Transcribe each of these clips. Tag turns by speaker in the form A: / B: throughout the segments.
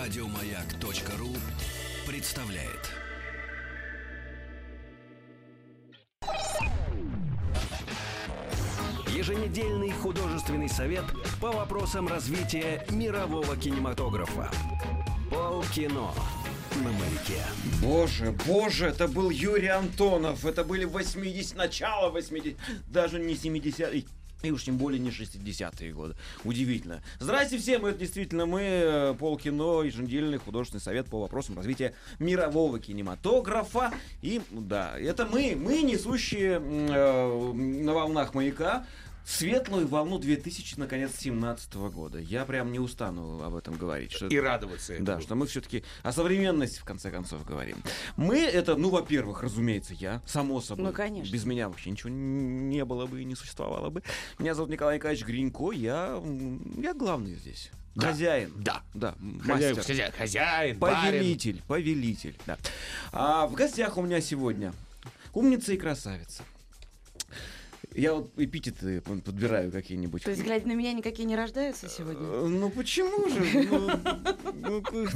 A: Радиомаяк.ру представляет. Еженедельный художественный совет по вопросам развития мирового кинематографа. Полкино на маяке.
B: Боже, боже, это был Юрий Антонов. Это были 80... Начало 80... Даже не 70... И и уж тем более не 60-е годы. Удивительно. Здрасте всем, это действительно мы, э, Полкино, еженедельный художественный совет по вопросам развития мирового кинематографа. И, ну да, это мы, мы, несущие м, э, на волнах маяка светлую волну 2000, наконец, 17 года. Я прям не устану об этом говорить. что
C: и радоваться
B: да,
C: этому.
B: что мы все-таки о современности, в конце концов, говорим. Мы это, ну, во-первых, разумеется, я, само собой.
D: Ну, конечно.
B: Без меня вообще ничего н- не было бы и не существовало бы. Меня зовут Николай Николаевич Гринько, я, м, я главный здесь.
C: Да.
B: Хозяин.
C: Да.
B: Да, м,
C: Хозяин,
B: мастер.
C: хозяин, хозяин, барин.
B: Повелитель, повелитель, да. А в гостях у меня сегодня умница и красавица. Я вот эпитеты м, подбираю какие-нибудь.
D: То есть, глядя на меня, никакие не рождаются сегодня?
B: Э, Ну почему же? Ну, ну, к-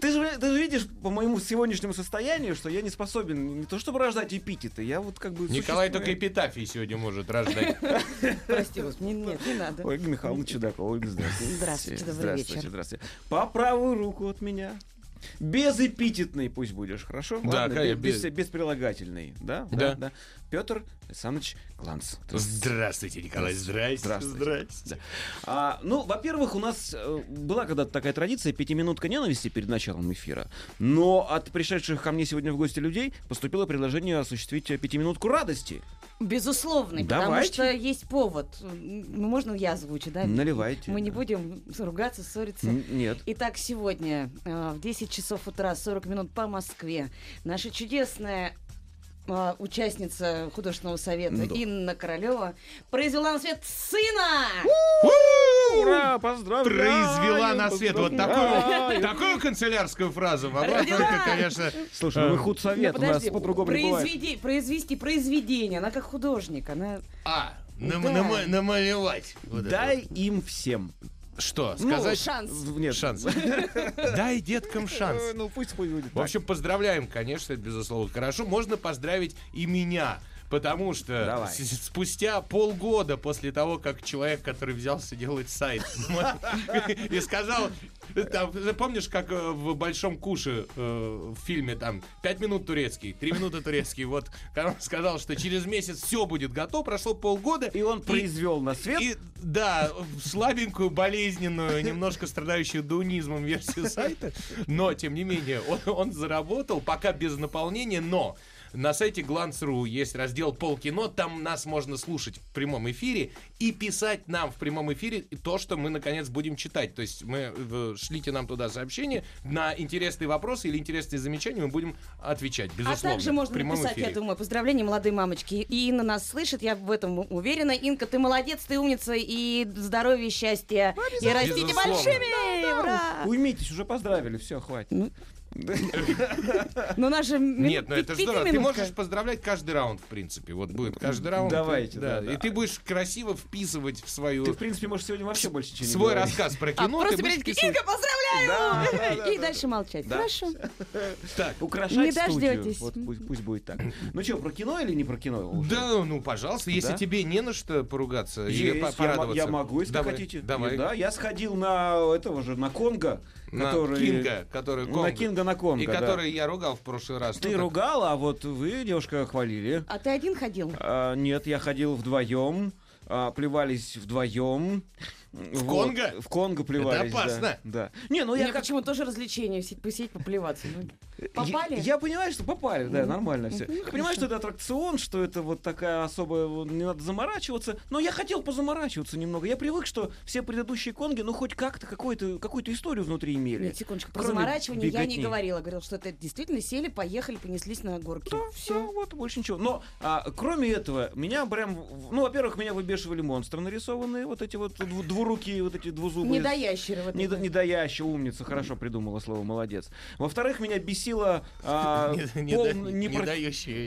B: ты, же ты же видишь по моему сегодняшнему состоянию, что я не способен не то чтобы рождать эпитеты, я вот как бы...
C: Николай
B: существую.
C: только эпитафии сегодня может рождать.
B: Э,
D: Прости,
B: ну,
D: господи, не- нет, не надо.
B: Ольга Михайловна Чудакова, Ольга, здравствуйте.
D: Здравствуйте, добрый
B: здравствуйте,
D: вечер.
B: Здравствуйте. По правую руку от меня. Безэпитетный пусть будешь, хорошо?
C: Да,
B: Ладно,
C: конечно,
B: без,
C: без-
B: без- бесприлагательный, да?
C: Да.
B: Петр Александрович Кланц.
C: Здравствуйте, Николай, здрасте.
B: Здравствуйте.
C: Здрасте.
B: А, ну, во-первых, у нас э, была когда-то такая традиция пятиминутка ненависти перед началом эфира. Но от пришедших ко мне сегодня в гости людей поступило предложение осуществить э, пятиминутку радости.
D: Безусловно, потому
B: Давайте.
D: что есть повод. Ну, можно я озвучу, да?
B: Наливайте.
D: Мы не будем ругаться, ссориться.
B: М, Нет.
D: Итак, сегодня э, в 10 часов утра 40 минут по Москве наша чудесная э, участница художественного совета
B: Ну Да.
D: Инна Королева произвела на свет сына!
B: Ура, поздравляю!
C: Произвела на свет вот такую,
B: Поздравляю!
C: такую канцелярскую фразу. Могла
D: Родила.
C: только, конечно,
B: Слушай, ну вы
C: Эм,
B: худсовет,
D: Ну,
B: у нас
D: подожди,
B: по-другому не бывает.
D: произведи- произвести произведение. Она как художник, она
C: а, нам-
D: Да.
C: нам- намалевать. Вот это
B: Дай им всем.
C: вот. Что,
D: Ну,
C: сказать?
D: шанс.
B: В- Нет.
C: Шанс. Дай деткам шанс.
B: Э, Ну пусть пусть будет
C: В
B: так.
C: общем, поздравляем, конечно, это безусловно хорошо. Можно поздравить и меня. Потому что
B: Давай.
C: с- с- спустя полгода после того, как человек, который взялся делать сайт, мой, и сказал, там, ты помнишь, как э, в Большом Куше э, в фильме там 5 минут турецкий, 3 минуты турецкий, вот когда он сказал, что через месяц все будет готово, прошло полгода.
B: И он произвел на свет.
C: И, да, слабенькую, болезненную, немножко страдающую дунизмом версию сайта. Но, тем не менее, он, он заработал, пока без наполнения, но... На сайте Glance.ru есть раздел «Полкино», там нас можно слушать в прямом эфире и писать нам в прямом эфире то, что мы, наконец, будем читать. То есть мы э, шлите нам туда сообщение на интересные вопросы или интересные замечания, мы будем отвечать, безусловно,
D: А также
C: в
D: можно
C: прямом
D: написать,
C: эфире.
D: я думаю, поздравления молодой мамочки. И Инна нас слышит, я в этом уверена. Инка, ты молодец, ты умница, и здоровья, и счастья. И растите
C: Безусловно.
D: большими! Ура!
B: Уймитесь, уже поздравили, все, хватит.
D: Ну, Ну, наша
C: Нет, ну это же здорово. Ты можешь поздравлять каждый раунд, в принципе. Вот будет каждый раунд.
B: Давайте,
C: ты-
B: да,
C: да.
B: да.
C: И ты будешь красиво вписывать в свою
B: Ты, в принципе, можешь сегодня вообще больше ничего не
C: свой
B: говорить.
C: рассказ про
D: а
C: кино.
D: просто
C: ты будешь
D: перед
C: писать-
D: Инка, поздравляю! И дальше молчать.
B: Да.
D: Хорошо.
C: Так.
B: украшать
D: Не
B: студию.
D: дождётесь.
B: Вот пусть, пусть будет так. Ну что, про кино или не про кино? уже?
C: Да, ну, пожалуйста, если
B: Да?
C: тебе не на что поругаться
B: Есть,
C: или
B: я
C: по-
B: мо-
C: порадоваться.
B: Я, могу, если
C: давай,
B: хотите.
C: Давай.
B: Да, я сходил на этого же, на Конго,
C: На
B: который...
C: Кинга, который
B: Ну,
C: Конго.
B: На Кинга, на Конго,
C: И
B: да.
C: который я ругал в прошлый раз.
B: Ты
C: Ну, так-
B: ругала, а вот вы, девушка, хвалили.
D: А ты один ходил?
B: А, нет, я ходил вдвоем, а, плевались вдвоем. В
C: Конго?
B: В Конго плевались, да,
C: опасно.
B: Да, Не, ну я
D: Я
B: как
D: почему тоже развлечение сидеть, посидеть, поплеваться. Ну, Попали?
B: Я, я понимаю, что попали, да, нормально все. Я понимаю, что это аттракцион, что это вот такая особая, вот, не надо заморачиваться. Но я хотел позаморачиваться немного. Я привык, что все предыдущие конги, ну хоть как-то какую-то какую-то историю внутри имели.
D: Нет, секундочку, про
B: Кроме
D: заморачивание я не
B: беготни.
D: говорила. Говорил, что это действительно сели, поехали, понеслись на горки.
B: Да, все, Ну, вот, больше ничего. Но, а, кроме этого, меня прям, в- ну, во-первых, меня выбешивали монстры нарисованные, вот эти вот дв- двурукие вот эти двузубые.
D: Недоящеры. вот
B: Недо-
D: это.
B: недоящая умница, хорошо придумала слово, молодец. Во-вторых, меня бесила а,
C: Не- не
B: пол-
C: да-
B: не
C: не
B: про-
C: дающие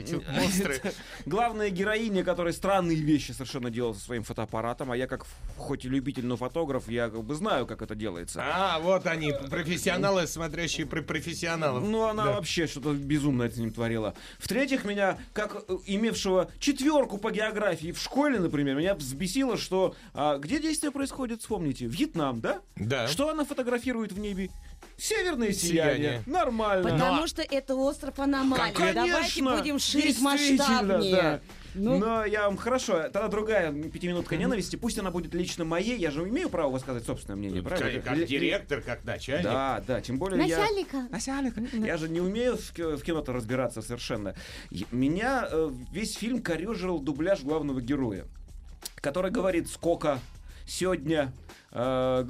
C: эти монстры.
B: главная героиня, которая странные вещи совершенно делала со своим фотоаппаратом, а я как ф- хоть и любитель, но фотограф, я как бы знаю, как это делается.
C: А, вот они, профессионалы, смотрящие про профессионалов.
B: Ну, она
C: Да.
B: вообще что-то безумное с ним творила. В-третьих, меня, как э, имевшего четверку по географии в школе, например, меня взбесило, что а, где действие происходит, вспомните, Вьетнам, да?
C: Да.
B: Что она фотографирует в небе? Северное
C: Сияние.
B: сияние. Нормально.
D: Потому что это остров аномалий. Ну, Давайте
B: Конечно,
D: будем ширить
B: действительно,
D: масштабнее.
B: да.
D: Ну,
B: Но я вам хорошо, тогда другая пятиминутка ненависти, пусть она будет лично моей, я же имею право высказать собственное мнение, правильно?
C: Как
B: Ли-
C: директор, как начальник.
B: Да, да, тем
D: Э,
B: более я...
E: Начальника.
B: Начальника. Я же не умею в ки- в кино-то разбираться совершенно. И Меня э, весь фильм корежил дубляж главного героя, который говорит «сколько», «сегодня», э,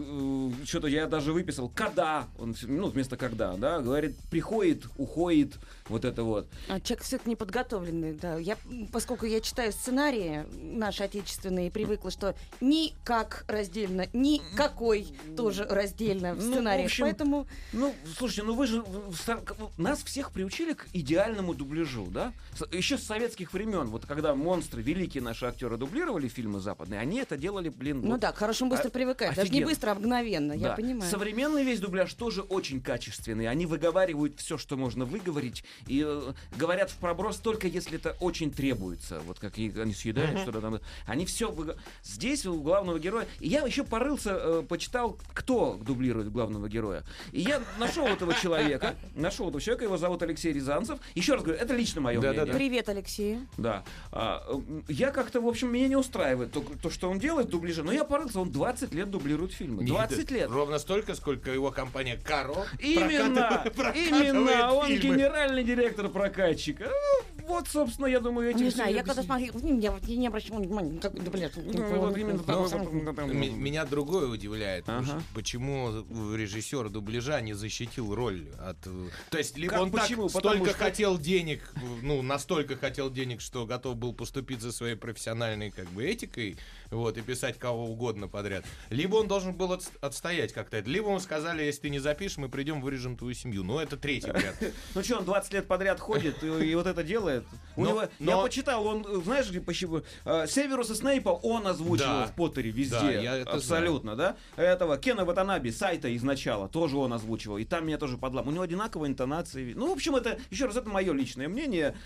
B: что-то я даже выписал «когда», он, вс- ну, вместо «когда», да, говорит «приходит», «уходит», вот это вот.
D: а человек все-таки неподготовленный, да. Я, м, поскольку я читаю сценарии наши отечественные, и привыкла, что никак раздельно, никакой тоже раздельно в
B: Ну, в
D: сценариях.
B: общем,
D: Поэтому
B: Ну, слушайте, ну вы же в- в стар- к- в- нас всех приучили к идеальному дубляжу, да? еще с советских времен, вот когда монстры, великие наши актеры дублировали фильмы западные, они это делали, блин.
D: Ну
B: вот,
D: да, к хорошему быстро
B: а-
D: привыкаешь. Даже не
B: офигенно.
D: быстро, а мгновенно, я
B: да.
D: понимаю.
B: Современный весь дубляж тоже очень качественный. Они выговаривают все, что можно выговорить, и э, говорят в проброс только если это очень требуется. Вот как и они съедают что-то там. Они все здесь у главного героя. И я еще порылся, э, почитал, кто дублирует главного героя. И я нашел этого человека. Нашел этого человека. Его зовут Алексей Рязанцев. Еще раз говорю, это лично мое
C: Да-да-да.
B: мнение.
D: Привет, Алексей.
B: Да. А, э, я как-то, в общем, меня не устраивает то, то, что он делает дубляжи. Но я порылся, он 20 лет дублирует фильмы.
C: Нет,
B: 20 лет.
C: Ровно столько, сколько его компания Карл
B: Именно,
C: прокатывает- прокатывает
B: именно, а он
C: фильмы.
B: генеральный директор прокатчика. Ну, Вот, собственно, я думаю, этим
D: Не
B: всё
D: знаю,
B: и
D: я когда
B: объясню.
D: смотрела, ну, я, вот не обращала внимания, как, да, блядь,
B: Ну, вот именно такой вот-
C: М-
B: ну.
C: Меня другое удивляет,
B: Ага.
C: уж почему режиссер дубляжа не защитил роль от... э, То есть, либо
B: Как
C: он так
B: почему? Потому
C: столько
B: что-
C: хотел денег, ну, настолько хотел денег, что готов был поступить за своей профессиональной, как бы, этикой, вот, и писать кого угодно подряд. Либо он должен был отс- отстоять как-то это. Либо ему сказали, если ты не запишешь, мы придем, вырежем твою семью. Ну, это третий вариант.
B: Ну что, он 20 лет подряд ходит и, и вот это делает. У
C: Но-
B: него-
C: но-
B: Я почитал, он, э, знаешь, где почему? э, Северуса Снейпа он озвучивал
C: Да.
B: в Поттере везде.
C: Да, я это
B: абсолютно, да? Этого Кена Ватанаби, сайта изначала, тоже он озвучивал. И там меня тоже подлам. У него одинаковые интонации. Ну, в общем, это, еще раз, это мое личное мнение.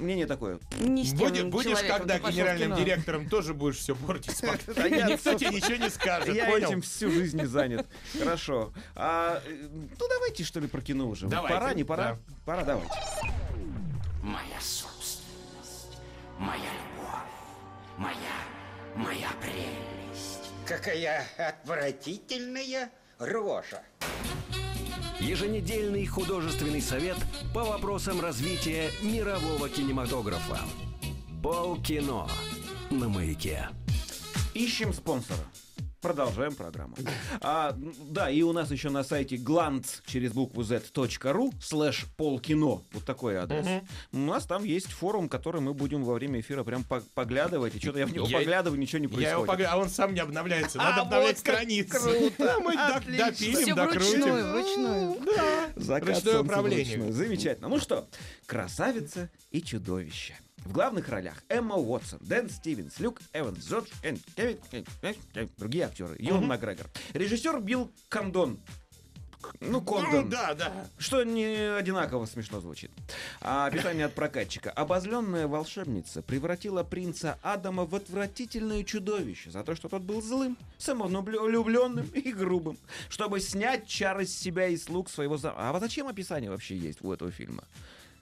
B: Мнение такое.
D: Ни с кем
C: Будешь, будешь,
D: человеком,
C: когда
D: ты пошел в
C: генеральным
D: кино.
C: директором, тоже будешь все портить. смотри.
B: Да я-
C: Никто тебе ничего не скажет.
B: Я
C: понял?
B: этим всю жизнь не занят. Хорошо. А, э, ну давайте что ли про кино уже.
C: Давайте.
B: Пора, не пора?
C: Да.
B: Пора, давайте.
F: Моя собственность, моя любовь, моя, моя прелесть.
G: Какая отвратительная рожа.
A: Еженедельный художественный совет по вопросам развития мирового кинематографа. Полкино на маяке.
B: Ищем спонсора. Продолжаем программу. А, м, да, и у нас еще на сайте glantz через букву z.ru слэш полкино. Вот такой адрес. У нас там есть форум, который мы будем во время эфира прям по- поглядывать. И что-то я в него
C: Я-
B: поглядываю, ничего не
C: Я его
B: происходит.
C: погля- а он сам не обновляется.
B: А
C: Надо обновлять
B: вот как
C: страницы.
B: круто.
C: Ну, мы до-
B: Отлично.
C: допилим,
D: Все
C: докрутим.
D: вручную, вручную.
B: Закат
C: Ручное
B: солнца
C: управление.
B: вручную. Замечательно. Ну что, красавица и чудовище. В главных ролях Эмма Уотсон, Дэн Стивенс, Люк Эванс, Джордж Энн, Кевин, Кевин, Кевин, другие актеры, Юн Макгрегор. Режиссер Билл Кондон. Ну, Кондон.
C: Ну, да, да.
B: Что не одинаково смешно звучит. А описание от прокатчика. Обозленная волшебница превратила принца Адама в отвратительное чудовище за то, что тот был злым, самовлюбленным и грубым, чтобы снять чары с себя и слуг своего за... А вот зачем описание вообще есть у этого фильма?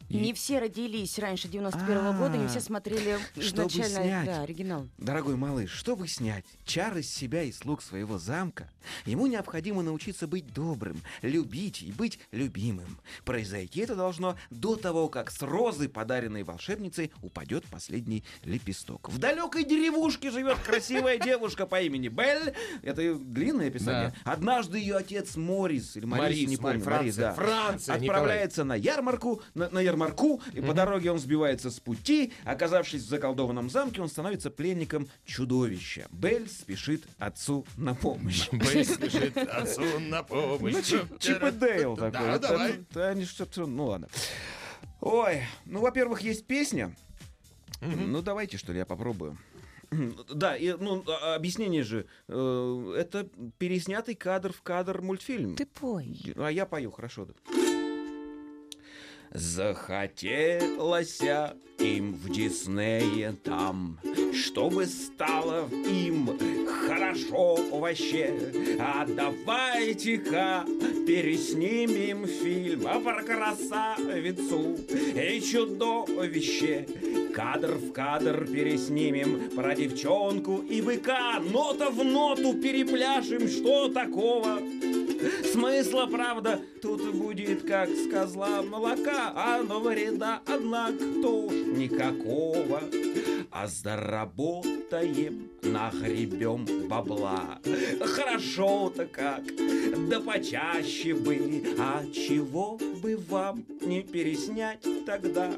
D: Не все родились раньше 91 года, не все
B: А,
D: смотрели
B: чтобы
D: изначально
B: снять.
D: да, оригинал.
B: Дорогой малыш, чтобы снять чары с себя и слуг своего замка, ему необходимо научиться быть добрым, любить и быть любимым. Произойти это должно до того, как с розы, подаренной волшебницей, упадет последний лепесток. В далекой деревушке живет красивая девушка по имени Белль. Это длинное описание. Однажды ее отец Морис, или Морис,
C: Морис,
B: не помню,
C: Морис,
B: Морис,
C: Франция,
B: да,
C: Франция, Николай.
B: отправляется на ярмарку, на, на ярмарку, ярмарку, и по дороге он сбивается с пути. Оказавшись в заколдованном замке, он становится пленником чудовища. Бель спешит отцу на помощь.
C: Бэйс спешит отцу на помощь.
B: Ну, Чип, Чип и Дейл такой.
C: Да,
B: Это,
C: давай.
B: ну, да, они что-то, ну ладно. Ой, ну, во-первых, есть песня. Ну, давайте, что ли, я попробую. Да, и, ну, а- объяснение же. э, Это переснятый кадр в кадр мультфильм.
D: Ты пой.
B: А я пою, хорошо. да. Захотелось им в Диснее там, чтобы стало им хорошо вообще. А давайте-ка переснимем фильм про красавицу и чудовище. Кадр в кадр переснимем про девчонку и быка. Нота в ноту перепляшем, что такого Смысла, правда, тут будет, как с козла молока, а но вреда, однако, то уж никакого. А заработаем, нагребем бабла. Хорошо-то как, да почаще бы. А чего бы вам не переснять тогда?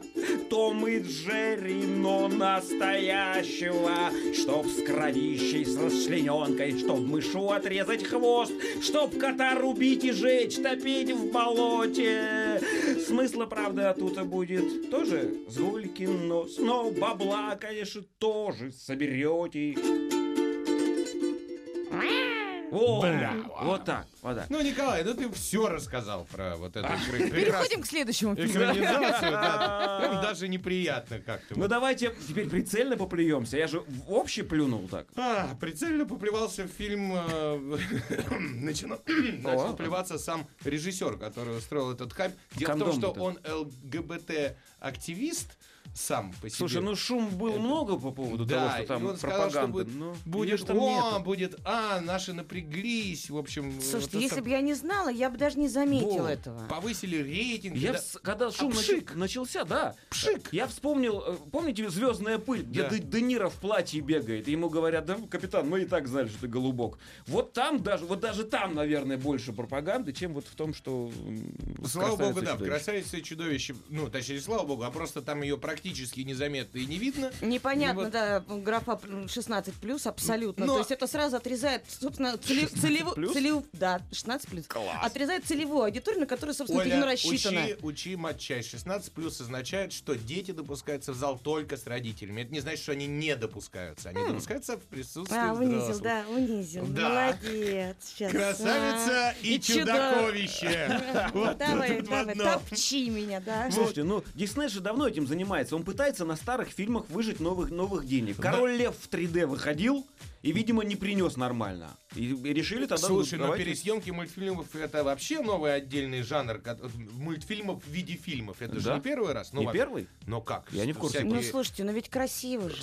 B: Том и Джерри, но настоящего Чтоб с кровищей, с расчлененкой Чтоб мышу отрезать хвост Чтоб кота рубить и жечь, топить в болоте Смысла, правда, тут и будет тоже с гульки нос Но бабла, конечно, тоже соберете О,
C: Браво.
B: Вот так, вот так
C: Ну, Николай, ну ты все рассказал про вот эту экра- прекрасную
D: Переходим к следующему фильму.
C: экранизацию. да. Прям даже неприятно как-то.
B: Ну
C: вот.
B: давайте теперь прицельно поплюемся Я же в общий плюнул так
C: А, прицельно поплевался в фильм, э, начинал, начал плеваться сам режиссер, который устроил этот хайп. Дело в
B: Кондом вот
C: том, что он ЛГБТ-активист сам по себе.
B: Слушай, ну шум был много по поводу
C: да,
B: того, что
C: и
B: там
C: он сказал, что
B: пропаганда. ну, но её
C: будет, будет
B: ж там
C: О,
B: нету.
C: будет А, наши напряглись, в общем. э,
D: Слушайте,
C: вот
D: если
C: это
D: бы я не знала, я бы даже не заметила
C: Вот.
D: этого.
C: Повысили рейтинг.
B: Я
C: да.
B: вс- когда шум начи-
C: А пшик?
B: начался, да.
C: Пшик.
B: Я вспомнил, э, помните Звездная пыль, где
C: Да.
B: Де, Де Ниро в платье бегает, и ему говорят, да, капитан, мы и так знали, что ты голубок. Вот там даже, вот даже там, наверное, больше пропаганды, чем вот в том, что. м,
C: Слава
B: «Красавица
C: богу, да, в
B: чудовище».
C: красавице и чудовище. Ну, точнее, слава богу, а просто там ее практически незаметно и не видно.
D: Непонятно,
C: Ну вот.
D: да, графа м, 16 плюс абсолютно.
C: Но-
D: То есть это сразу отрезает, собственно, целе- целеву,
B: плюс?
D: целеву- да, 16 плюс. Отрезает целевую аудиторию, на которую, собственно, фильм рассчитано.
C: учи, учи матчасть. 16 плюс означает, что дети допускаются в зал только с родителями. Это не значит, что они не допускаются. Они допускаются в присутствии
D: Хм. А, унизил,
C: взрослых.
D: да, унизил.
C: Да.
D: Молодец. Сейчас.
C: Красавица
D: А,
C: и,
D: чудо.
C: чудаковище. Вот
D: Давай,
C: тут в
D: давай,
C: одном.
D: топчи меня, да.
B: Слушайте, ну Дисней же давно этим занимается. Он пытается на старых фильмах выжить новых, новых денег. Король Лев в 3D выходил и, видимо, не принес нормально. И, и решили тогда. ну,
C: Слушай, ну
B: давайте-
C: пересъемки мультфильмов это вообще новый отдельный жанр ко- мультфильмов в виде фильмов. Это же
B: Да.
C: не первый раз. Ну,
B: Не
C: во-
B: первый?
C: Ну как?
B: Я не в курсе.
D: Ну,
C: Всякие-
D: слушайте, ну ведь красиво же.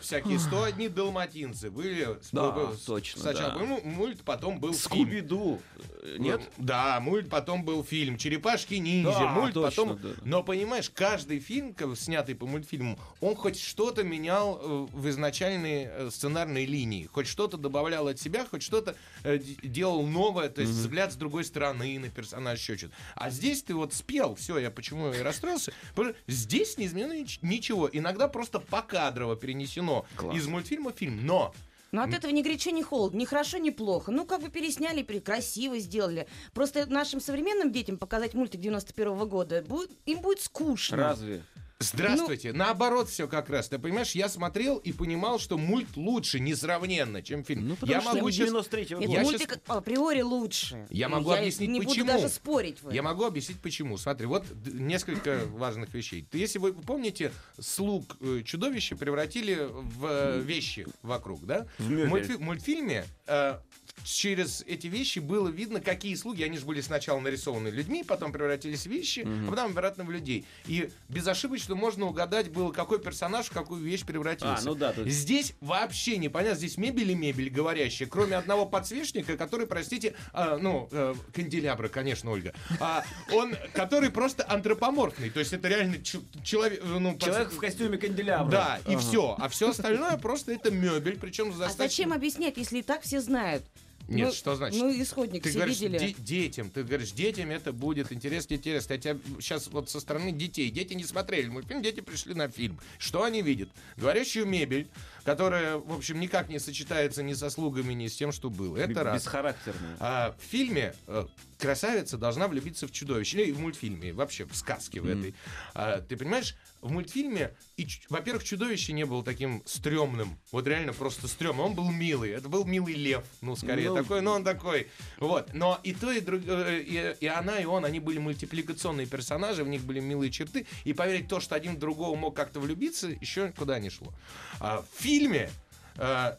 C: Всякие 101 далматинцы были. с-
B: Да,
C: был-
B: точно,
C: Сначала
B: да.
C: был му- мульт, потом был ну, фильм.
B: Скуби-Ду. э, Нет?
C: Да, мульт, потом был фильм. Черепашки ниндзя,
B: Да,
C: мульт,
B: точно,
C: потом.
B: да.
C: Но понимаешь, каждый фильм, ко- снятый по мультфильму, он хоть что-то менял э, в изначальной э, сценарной линии, хоть что-то добавлял от себя, хоть что-то э, д- делал новое, то есть взгляд с другой стороны на персонажа еще что-то. А здесь ты вот спел, все, я почему и расстроился. потому что Здесь не изменено нич- ничего. Иногда просто покадрово перенесено
B: Класс.
C: из мультфильма в фильм. Но
D: Но Ну, от этого ни горячо, ни холодно, ни хорошо, ни плохо. Ну, как бы пересняли, пере- красиво сделали. Просто нашим современным детям показать мультик 91 года, будет, им будет скучно.
B: Разве?
C: Здравствуйте. Наоборот, все как раз. Ты понимаешь, я смотрел и понимал, что мульт лучше несравненно, чем фильм.
B: Ну,
C: я могу щас-
B: 93-го
D: Нет,
C: Я
D: мультик
C: щас-
D: априори лучше.
C: Я могу объяснить,
D: не
C: почему.
D: буду даже спорить. в
C: Я
D: этом.
C: могу объяснить, почему. Смотри, вот д- несколько важных вещей. Ты- Если вы помните, слуг э, чудовища превратили в э, вещи вокруг, да?
B: В мебель.
C: мультфи- мультфильме э, через эти вещи было видно, какие слуги. Они же были сначала нарисованы людьми, потом превратились в вещи, а потом обратно в людей. И безошибочно можно угадать было, какой персонаж в какую вещь превратился.
B: А, ну да, то есть-
C: Здесь вообще непонятно. Здесь мебель и мебель говорящая, кроме одного подсвечника, который, простите, а, ну, э, канделябра, конечно, Ольга. А, он, который просто антропоморфный. То есть это реально чу- человек... Ну, подс-
B: Человек в костюме канделябра.
C: Да, и все. А все остальное просто это мебель, причем
D: А зачем объяснять, если и так все знают?
C: Нет,
D: Ну,
C: что значит?
D: Ну, исходник
C: Ты
D: все
C: говоришь
D: видели.
C: де- детям, ты говоришь детям это будет интересно, интересно. А тебя сейчас вот со стороны детей, дети не смотрели мультфильм, дети пришли на фильм. Что они видят? Говорящую мебель, которая, в общем, никак не сочетается ни со слугами, ни с тем, что было. Это раз.
B: Бесхарактерная.
C: А в фильме э, красавица должна влюбиться в чудовище. Или в мультфильме, вообще в сказке в этой. А, ты понимаешь, в мультфильме, и, ч- во-первых, чудовище не было таким стрёмным. Вот реально просто стрёмным. Он был милый. Это был милый лев, ну, скорее
B: Ну,
C: такой, но он такой. Вот. Но и то, и другое, и, и она, и он, они были мультипликационные персонажи, в них были милые черты. И поверить то, что один в другого мог как-то влюбиться, еще куда не шло. А в фильме э,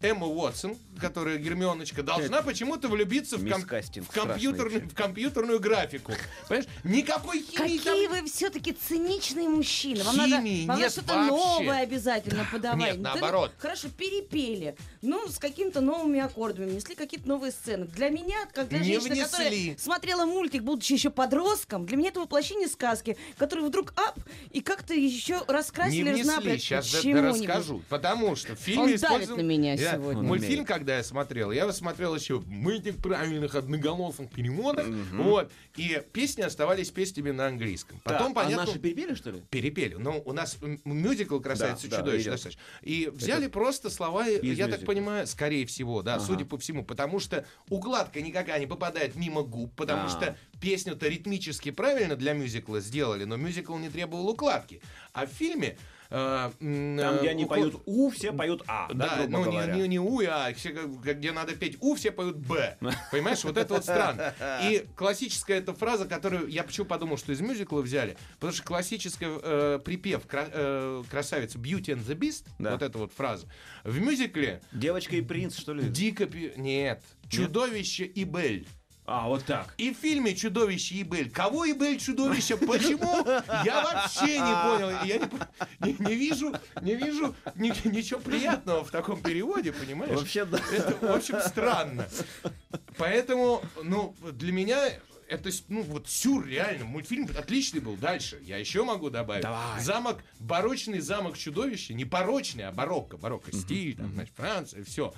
C: Эмма Уотсон, которая Гермионочка, должна почему-то влюбиться в, ком-
B: Мискастинг
C: в, компьютерную,
B: страшный.
C: в компьютерную графику. Понимаешь? Никакой химии там
D: Какие вы все-таки циничные мужчины. Вам
C: Химии
D: надо, вам
C: нет
D: надо что-то
C: вообще.
D: новое обязательно подавать.
C: Нет,
D: Да,
C: наоборот.
D: ну, хорошо, перепели. Ну, с какими-то новыми аккордами внесли какие-то новые сцены. Для меня, как для
C: Не
D: женщины,
C: внесли.
D: которая смотрела мультик, будучи еще подростком, для меня это воплощение сказки, который вдруг ап и как-то еще
C: не
D: раскрасили
C: внесли.
D: разнообразие.
C: Сейчас да- да
D: Чему-нибудь.
C: расскажу. Потому что в фильме
D: Он давит
C: использован-
D: на меня
C: Я-
D: сегодня.
B: Он
C: Мультфильм,
B: умеет.
C: когда я смотрел, я его смотрел еще мы этих правильных одноголосых переводах. Вот. И песни оставались песнями на английском. Потом,
B: Так, а
C: понятно,
B: наши перепели, что ли?
C: перепели. Но у нас м- мюзикл «Красавица и
B: Да, да,
C: чудовище»,
B: идет.
C: да, Саш? И взяли просто слова, я так
B: мюзикла.
C: понимаю, скорее всего, да,
B: Ага.
C: судя по всему, потому что укладка никакая не попадает мимо губ, потому
B: А.
C: что песню-то ритмически правильно для мюзикла сделали, но мюзикл не требовал укладки. А в фильме... э, Там,
B: Там, где они поют У, все поют А, да,
C: да,
B: грубо
C: ну не,
B: говоря.
C: не- не у, а все, как- как- где надо петь у, все поют б. Понимаешь, вот это вот странно. И классическая эта фраза, которую я почему подумал, что из мюзикла взяли, потому что классическая э, припев кра- э, красавица Beauty and the Beast,
B: Да.
C: вот эта вот фраза, в мюзикле
B: Девочка и принц, что ли?
C: дико пи- Нет, чудовище и Бель.
B: А, вот так.
C: И в фильме «Чудовище и Бель». Кого и Бель чудовище? Почему? Я вообще не понял. Я не, по- не- не вижу, не вижу ни- ничего приятного в таком переводе, понимаешь?
B: Вообще, да.
C: Это, в общем, странно. Поэтому, ну, для меня это, с- ну, вот сюр, реально. Мультфильм отличный был. Дальше. Я еще могу добавить. Замок, барочный замок чудовища. Не порочный, а барокко. Барокко стиль, там, значит, Франция, все.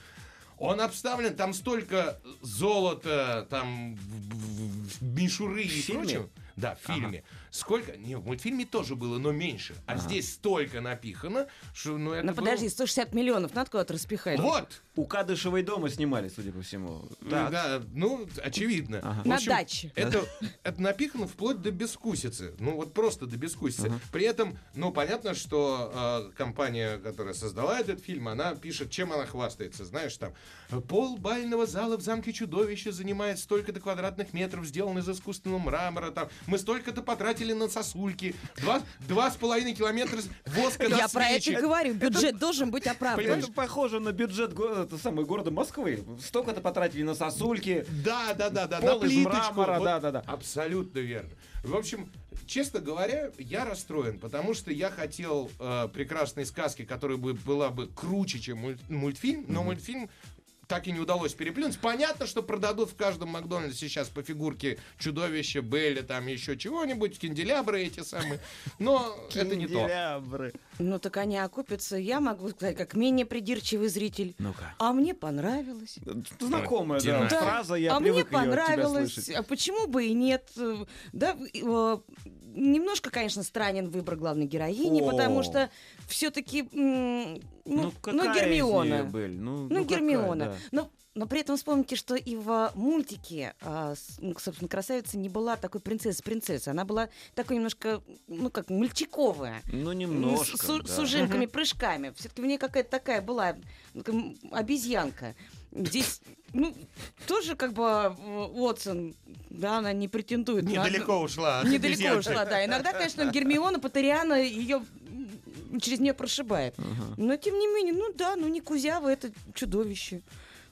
C: Он обставлен, там столько золота, там в- в- в- мишуры и
B: фильме?
C: прочего. Да, в фильме. Сколько? Не, в мультфильме тоже было, но меньше. А здесь столько напихано, что ну это
D: Ну
C: было-
D: подожди, 160 миллионов надо куда-то распихать.
C: Вот!
B: У Кадышевой дома снимали, судя по всему. Так.
C: Да, ну, очевидно. В
D: На
C: общем,
D: даче.
C: Это, это напихано вплоть до бескусицы. Ну, вот просто до бескусицы. При этом, ну, понятно, что э, компания, которая создала этот фильм, она пишет, чем она хвастается. Знаешь, там, пол бального зала в замке чудовища занимает столько-то квадратных метров, сделан из искусственного мрамора. Там, мы столько-то потратили на сосульки. Два, два с половиной километра с- воска на
D: Я про это
C: свечи».
D: и говорю. Бюджет должен быть оправдан.
C: Понимаешь?
B: А Это похоже на бюджет го- это самое, города Москвы. Столько-то потратили на сосульки.
C: Да, да, да, да.
B: Пол
C: на
B: из
C: плиточку.
B: мрамора, да, да, да.
C: Абсолютно верно. В общем, честно говоря, я расстроен, потому что я хотел э, прекрасной сказки, которая бы была бы круче, чем муль- мультфильм, но мультфильм так и не удалось переплюнуть. Понятно, что продадут в каждом Макдональдсе сейчас по фигурке чудовища, Белли, там еще чего-нибудь, канделябры эти самые. Но это не то.
B: Канделябры.
D: Ну так они окупятся. Я могу сказать, как менее придирчивый зритель.
B: Ну-ка.
D: А мне понравилось.
B: Знакомая, да,
C: Дина.
D: Да.
B: фраза, я
D: а мне
B: привык её от тебя
D: понравилось.
B: слышать.
D: А почему бы и нет? Э, Да, и, э, немножко, конечно, странен выбор главной героини,
B: О.
D: потому что все-таки, ну, ну,
B: какая из
D: Гермиона.
B: неё, Бель? Ну,
D: Ну,
B: ну, какая,
D: Гермиона.
B: да.
D: но, но при этом вспомните, что и в мультике, а, с- ну, собственно, красавица не была такой принцесса-принцесса. Она была такой немножко, ну, как мальчиковая.
B: Ну,
D: Ну,
B: немножко.
D: С, с-
B: да.
D: с ужимками, прыжками. Все-таки в ней какая-то такая была ну, как м- обезьянка. Здесь, ну, тоже как бы э, Уотсон, да, она не претендует на...
C: Недалеко ушла. от
D: Недалеко
C: обезьянки.
D: ушла, да. Иногда, конечно, Гермиона, Патериана ее через нее прошибает. Но, тем не менее, ну да, ну не Кузява, это чудовище.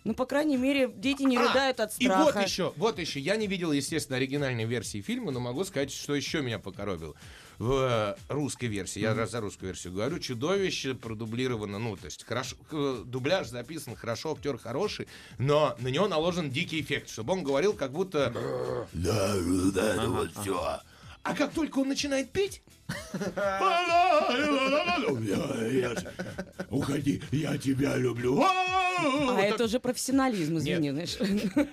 D: Ну, по крайней мере, дети не
C: А,
D: рыдают от
C: И
D: страха.
C: вот еще, вот еще. Я не видел, естественно, оригинальной версии фильма, но могу сказать, что еще меня покоробило. В э, русской версии, я раз за русскую версию говорю, чудовище продублировано, ну, то есть хорошо, э, дубляж записан хорошо, актер хороший, но на него наложен дикий эффект, чтобы он говорил как будто... Да, вот это вот все. А как только он начинает петь... Уходи, я тебя люблю. «О!»
D: А это уже профессионализм, извини, знаешь.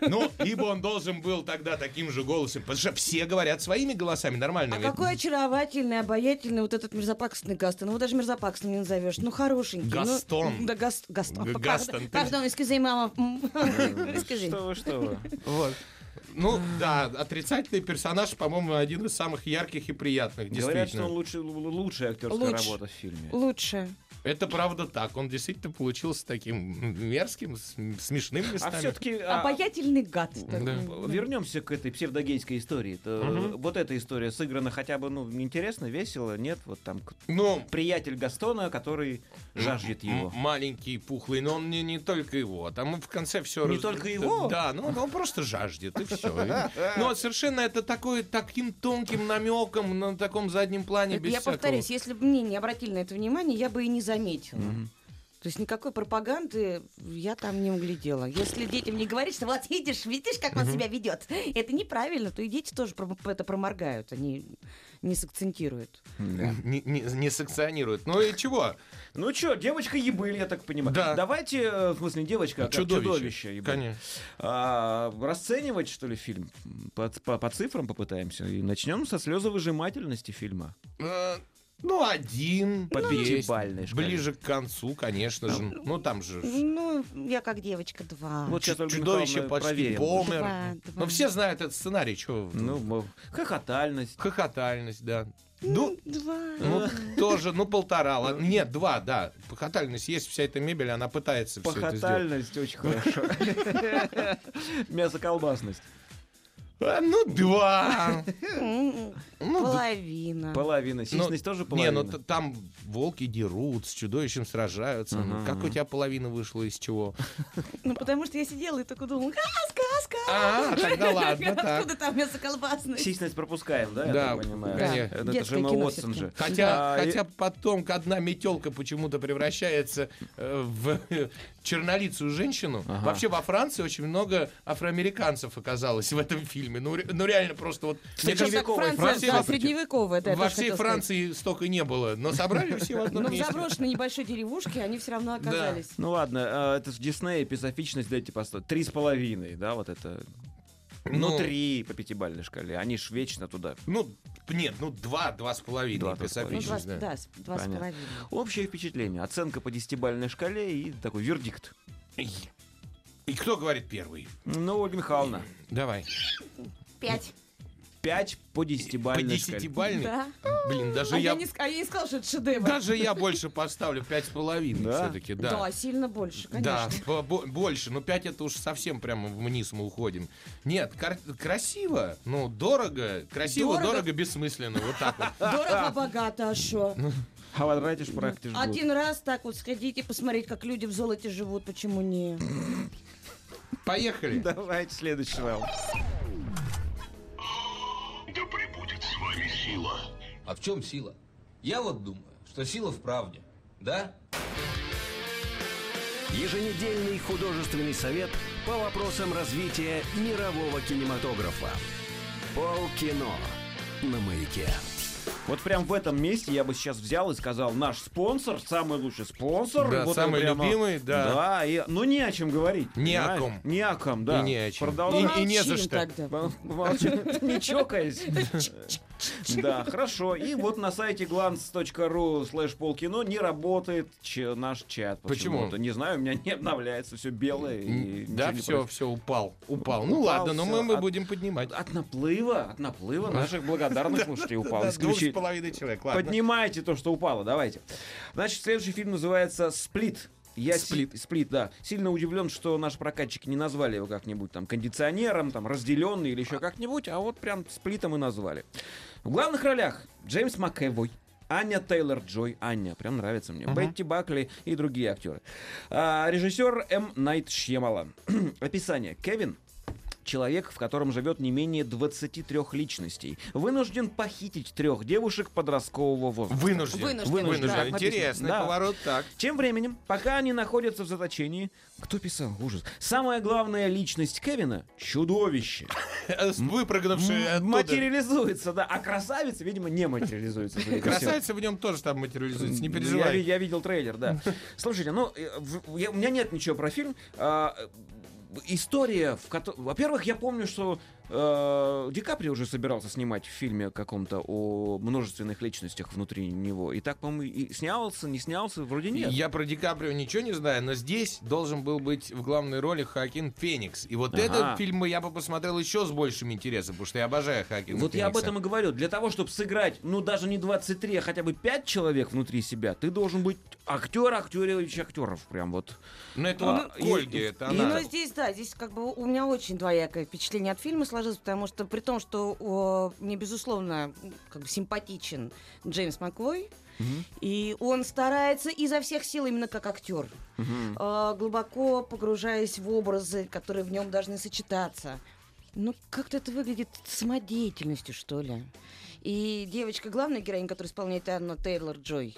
C: Ну, либо он должен был тогда таким же голосом, потому что все говорят своими голосами, нормально.
D: А
C: ведь.
D: какой очаровательный, обаятельный вот этот мерзопакостный Гастон. Его даже мерзопакостным не назовешь. Ну, хорошенький. ну,
C: Гастон.
D: да, Гаст, Гастон.
C: Г- Гастон, ты-
D: Пардон, excuse, мама. Скажи.
B: Что вы, что вы.
C: Вот.
D: А.
C: Ну, да, отрицательный персонаж, по-моему, один из самых ярких и приятных,
B: Говорят,
C: действительно.
B: что он лучший, л- лучшая актерская
D: Лучше.
B: работа в фильме.
D: Лучше.
C: Это правда так. Он действительно получился таким мерзким, см- смешным
B: А
C: местами.
B: все-таки...
D: Обаятельный гад. такой.
C: Да.
B: Вернемся к этой псевдогейской истории. То,
C: Мгм.
B: Вот эта история сыграна хотя бы, ну, интересно, весело, нет? Вот там к-
C: Ну,
B: приятель Гастона, который жаждет
C: м-
B: его.
C: маленький, пухлый, но он не, не только его. а Там в конце все...
B: Не только его?
C: Да, ну он, он просто жаждет, и все. Но совершенно это такое, таким тонким намеком на таком заднем плане,
D: Это
C: без
D: я
C: всякого.
D: повторюсь, если бы мне не обратили на это внимание, я бы и не заметила. То есть никакой пропаганды я там не углядела. Если детям не говорить, что вот видишь, видишь, как он себя ведет, это неправильно, то и дети тоже про- это проморгают, они не сакцентируют.
C: Не, не- не санкционирует. Ну и чего?
B: Ну чё, девочка ебыль, я так понимаю.
C: Да.
B: Давайте, э, в смысле, не девочка, а как чудовище. ебыль.
C: Конечно.
B: А, расценивать, что ли, фильм по, по- по цифрам попытаемся. И начнем со слезовыжимательности фильма.
C: Э, Ну, один.
B: По
C: есть.
B: пятибалльной шкале.
C: Ближе к концу, конечно же. Ну, там же
D: Ну, я как девочка два.
B: Вот сейчас Ольга
C: чудовище
B: Михайловна
C: почти
B: проверила.
D: Два,
C: помер.
D: два.
C: Но все знают этот сценарий, чего вы-
B: Ну, мол, хохотальность.
C: Хохотальность, да.
D: Ну,
C: Ну,
D: два.
C: ну,
B: Э.
C: тоже, ну, полтора. ладно. Нет, два, да. Хохотальность есть, вся эта мебель, она пытается все это сделать.
B: Похотальность очень хорошо. Мясоколбасность.
C: А, ну, два.
D: М,
C: Ну, д-
D: Половина.
B: Половина.
C: ну,
B: Сисность тоже
C: не,
B: половина.
C: ну т- там волки дерут, с чудовищем сражаются. Ну,
B: Ага,
C: как
B: ага.
C: у тебя половина вышла из чего?
D: Ну, потому что я сидела и только думала, а, сказка!
C: А, тогда ладно, так.
D: Откуда там мясо колбасное?
B: Сисность пропускаем, да? я
C: Да,
B: так понимаю?
C: конечно.
B: Это
D: Детское
B: Джема
D: кино
B: Уотсон
D: всё-таки.
B: же.
C: Хотя,
B: А, и-
C: хотя потом одна метелка почему-то превращается э, в чернолицую женщину.
B: Ага.
C: Вообще во Франции очень много афроамериканцев оказалось в этом фильме. Ну, ре- ну реально просто вот... Мне кажется,
B: Средневековой
D: Франция,
C: Франции-
D: да,
C: Во всей
D: средневековая, да, я
C: во
D: тоже
C: всей
D: хотела сказать. Ну,
C: Франции столько не было, но собрали все в
D: Но
C: одном
D: в
C: месте.
D: заброшенной небольшой деревушке они все равно
C: Да.
D: оказались.
B: Ну ладно, а, это же Дисней, эпизофичность дайте поставить. Три с половиной, да, вот это.
C: Ну.
B: Ну, три по пятибалльной шкале. Они ж вечно туда.
C: Ну, нет, ну два, два с половиной.
B: Два, два с
D: Ну,
C: Песовичный,
D: два, с-
C: да.
D: да, с- два с
B: Понятно.
D: половиной.
B: Общее впечатление. Оценка по десятибалльной шкале и такой вердикт.
C: И- И кто говорит первый?
B: Ну, Ольга Михайловна,
C: Давай.
D: Пять.
B: пять по
C: По
B: десятибалльной шкале.
C: десятибальной?
D: Да.
C: Блин, даже
D: А я
C: я...
D: не ск- а я не сказала, что это шедевр.
C: Даже я больше поставлю пять с половиной
B: Да?
C: все-таки, да.
D: Да, сильно больше, конечно.
C: Да, бо- бо- больше. Ну, 5 это уж совсем прямо вниз мы уходим. Нет, кар- красиво, ну, дорого. Красиво,
D: Дорого?
C: дорого, бессмысленно. Вот так вот.
D: Дорого, богато, а что?
B: А вот тратишь прах, ты ж год.
D: Один раз так вот сходить и посмотреть, как люди в золоте живут, почему не?
C: Поехали.
B: Давайте следующий раунд.
E: Да пребудет с вами сила.
H: А в чем сила? Я вот думаю, что сила в правде. Да?
A: Еженедельный художественный совет по вопросам развития мирового кинематографа. Полкино на маяке.
B: Вот прям в этом месте я бы сейчас взял и сказал, наш спонсор, самый лучший спонсор.
C: Да,
B: Вот
C: самый
B: он прямо-
C: любимый, да.
B: Да, и, ну не о чем говорить.
C: Ни о
B: понимаешь?
C: ком.
B: Ни о ком, да.
C: И не о чем.
B: Продолжаем.
C: И- и не за
D: Молчим
C: что.
D: тогда.
B: Помолчи, не чокаясь. Да, хорошо. И вот на сайте glance.ru слэш полкино не работает ч- наш чат.
C: Почему?
B: почему-то. Не знаю, у меня не обновляется, все белое. и ничего не
C: Да, все,
B: происходит.
C: все, упал. Упал. Ну
B: Упал,
C: ладно, но
B: всё, а
C: мы, мы
B: от-
C: будем поднимать.
B: От наплыва, от наплыва наших благодарных слушателей упал.
C: Да, Двух с
B: Исключительно.
C: половиной человек, ладно.
B: Поднимайте то, что упало, давайте. Значит, следующий фильм называется «Сплит». Я си-
C: «Сплит».
B: сплит, да. Сильно удивлен, что наши прокатчики не назвали его как-нибудь там кондиционером, там разделенный или еще как-нибудь, а вот прям сплитом и назвали. В главных ролях Джеймс Макэвой, Аня Тейлор Джой, Аня, прям нравится мне, Бетти Бакли и другие актеры. А, режиссер М. Найт Шьямалан. Описание. Кевин Человек, в котором живет не менее 23 личностей, вынужден похитить трех девушек подросткового возраста.
C: Вынужден.
D: Вынужден,
C: Вынужден.
D: да,
C: Интересный
B: написано. Да.
C: поворот, так.
B: Тем временем, пока они находятся в заточении, кто писал ужас? Самая главная личность Кевина — чудовище.
C: выпрыгнувший
B: М,
C: Э, оттуда.
B: Материализуется, да. А красавица, видимо, не материализуется. судя по всему.
C: Красавица в нем тоже там материализуется, не
B: Я
C: переживай.
B: ви- Ну, Я, видел трейлер, да. Слушайте, ну, э, в- я- у меня нет ничего про фильм. А, э, История, в кото- Во-первых, я помню, что э, Ди Каприо уже собирался снимать в фильме каком-то о множественных личностях внутри него. И так, по-моему, и снялся, не снялся, вроде нет.
C: Я про Ди Каприо ничего не знаю, но здесь должен был быть в главной роли Хакин Феникс. И вот
B: Ага.
C: этот фильм я бы посмотрел еще с большим интересом, потому что я обожаю Хакина
B: Вот я об
C: Феникса.
B: этом и говорю. Для того, чтобы сыграть, ну, даже не 23, а хотя бы 5 человек внутри себя, ты должен быть актер, актеревич, актеров. Прям вот.
C: Но это
B: А,
C: он к Ольге,
B: и-
C: это
B: и-
C: она.
D: Ну, здесь, да, здесь как бы у меня очень двоякое впечатление от фильма сложилось, потому что при том, что о, мне, безусловно, как бы симпатичен Джеймс Маквой, и он старается изо всех сил именно как актер, э, глубоко погружаясь в образы, которые в нем должны сочетаться. Ну, как-то это выглядит самодеятельностью, что ли. И девочка, главная героиня, которую исполняет Анна Тейлор-Джой,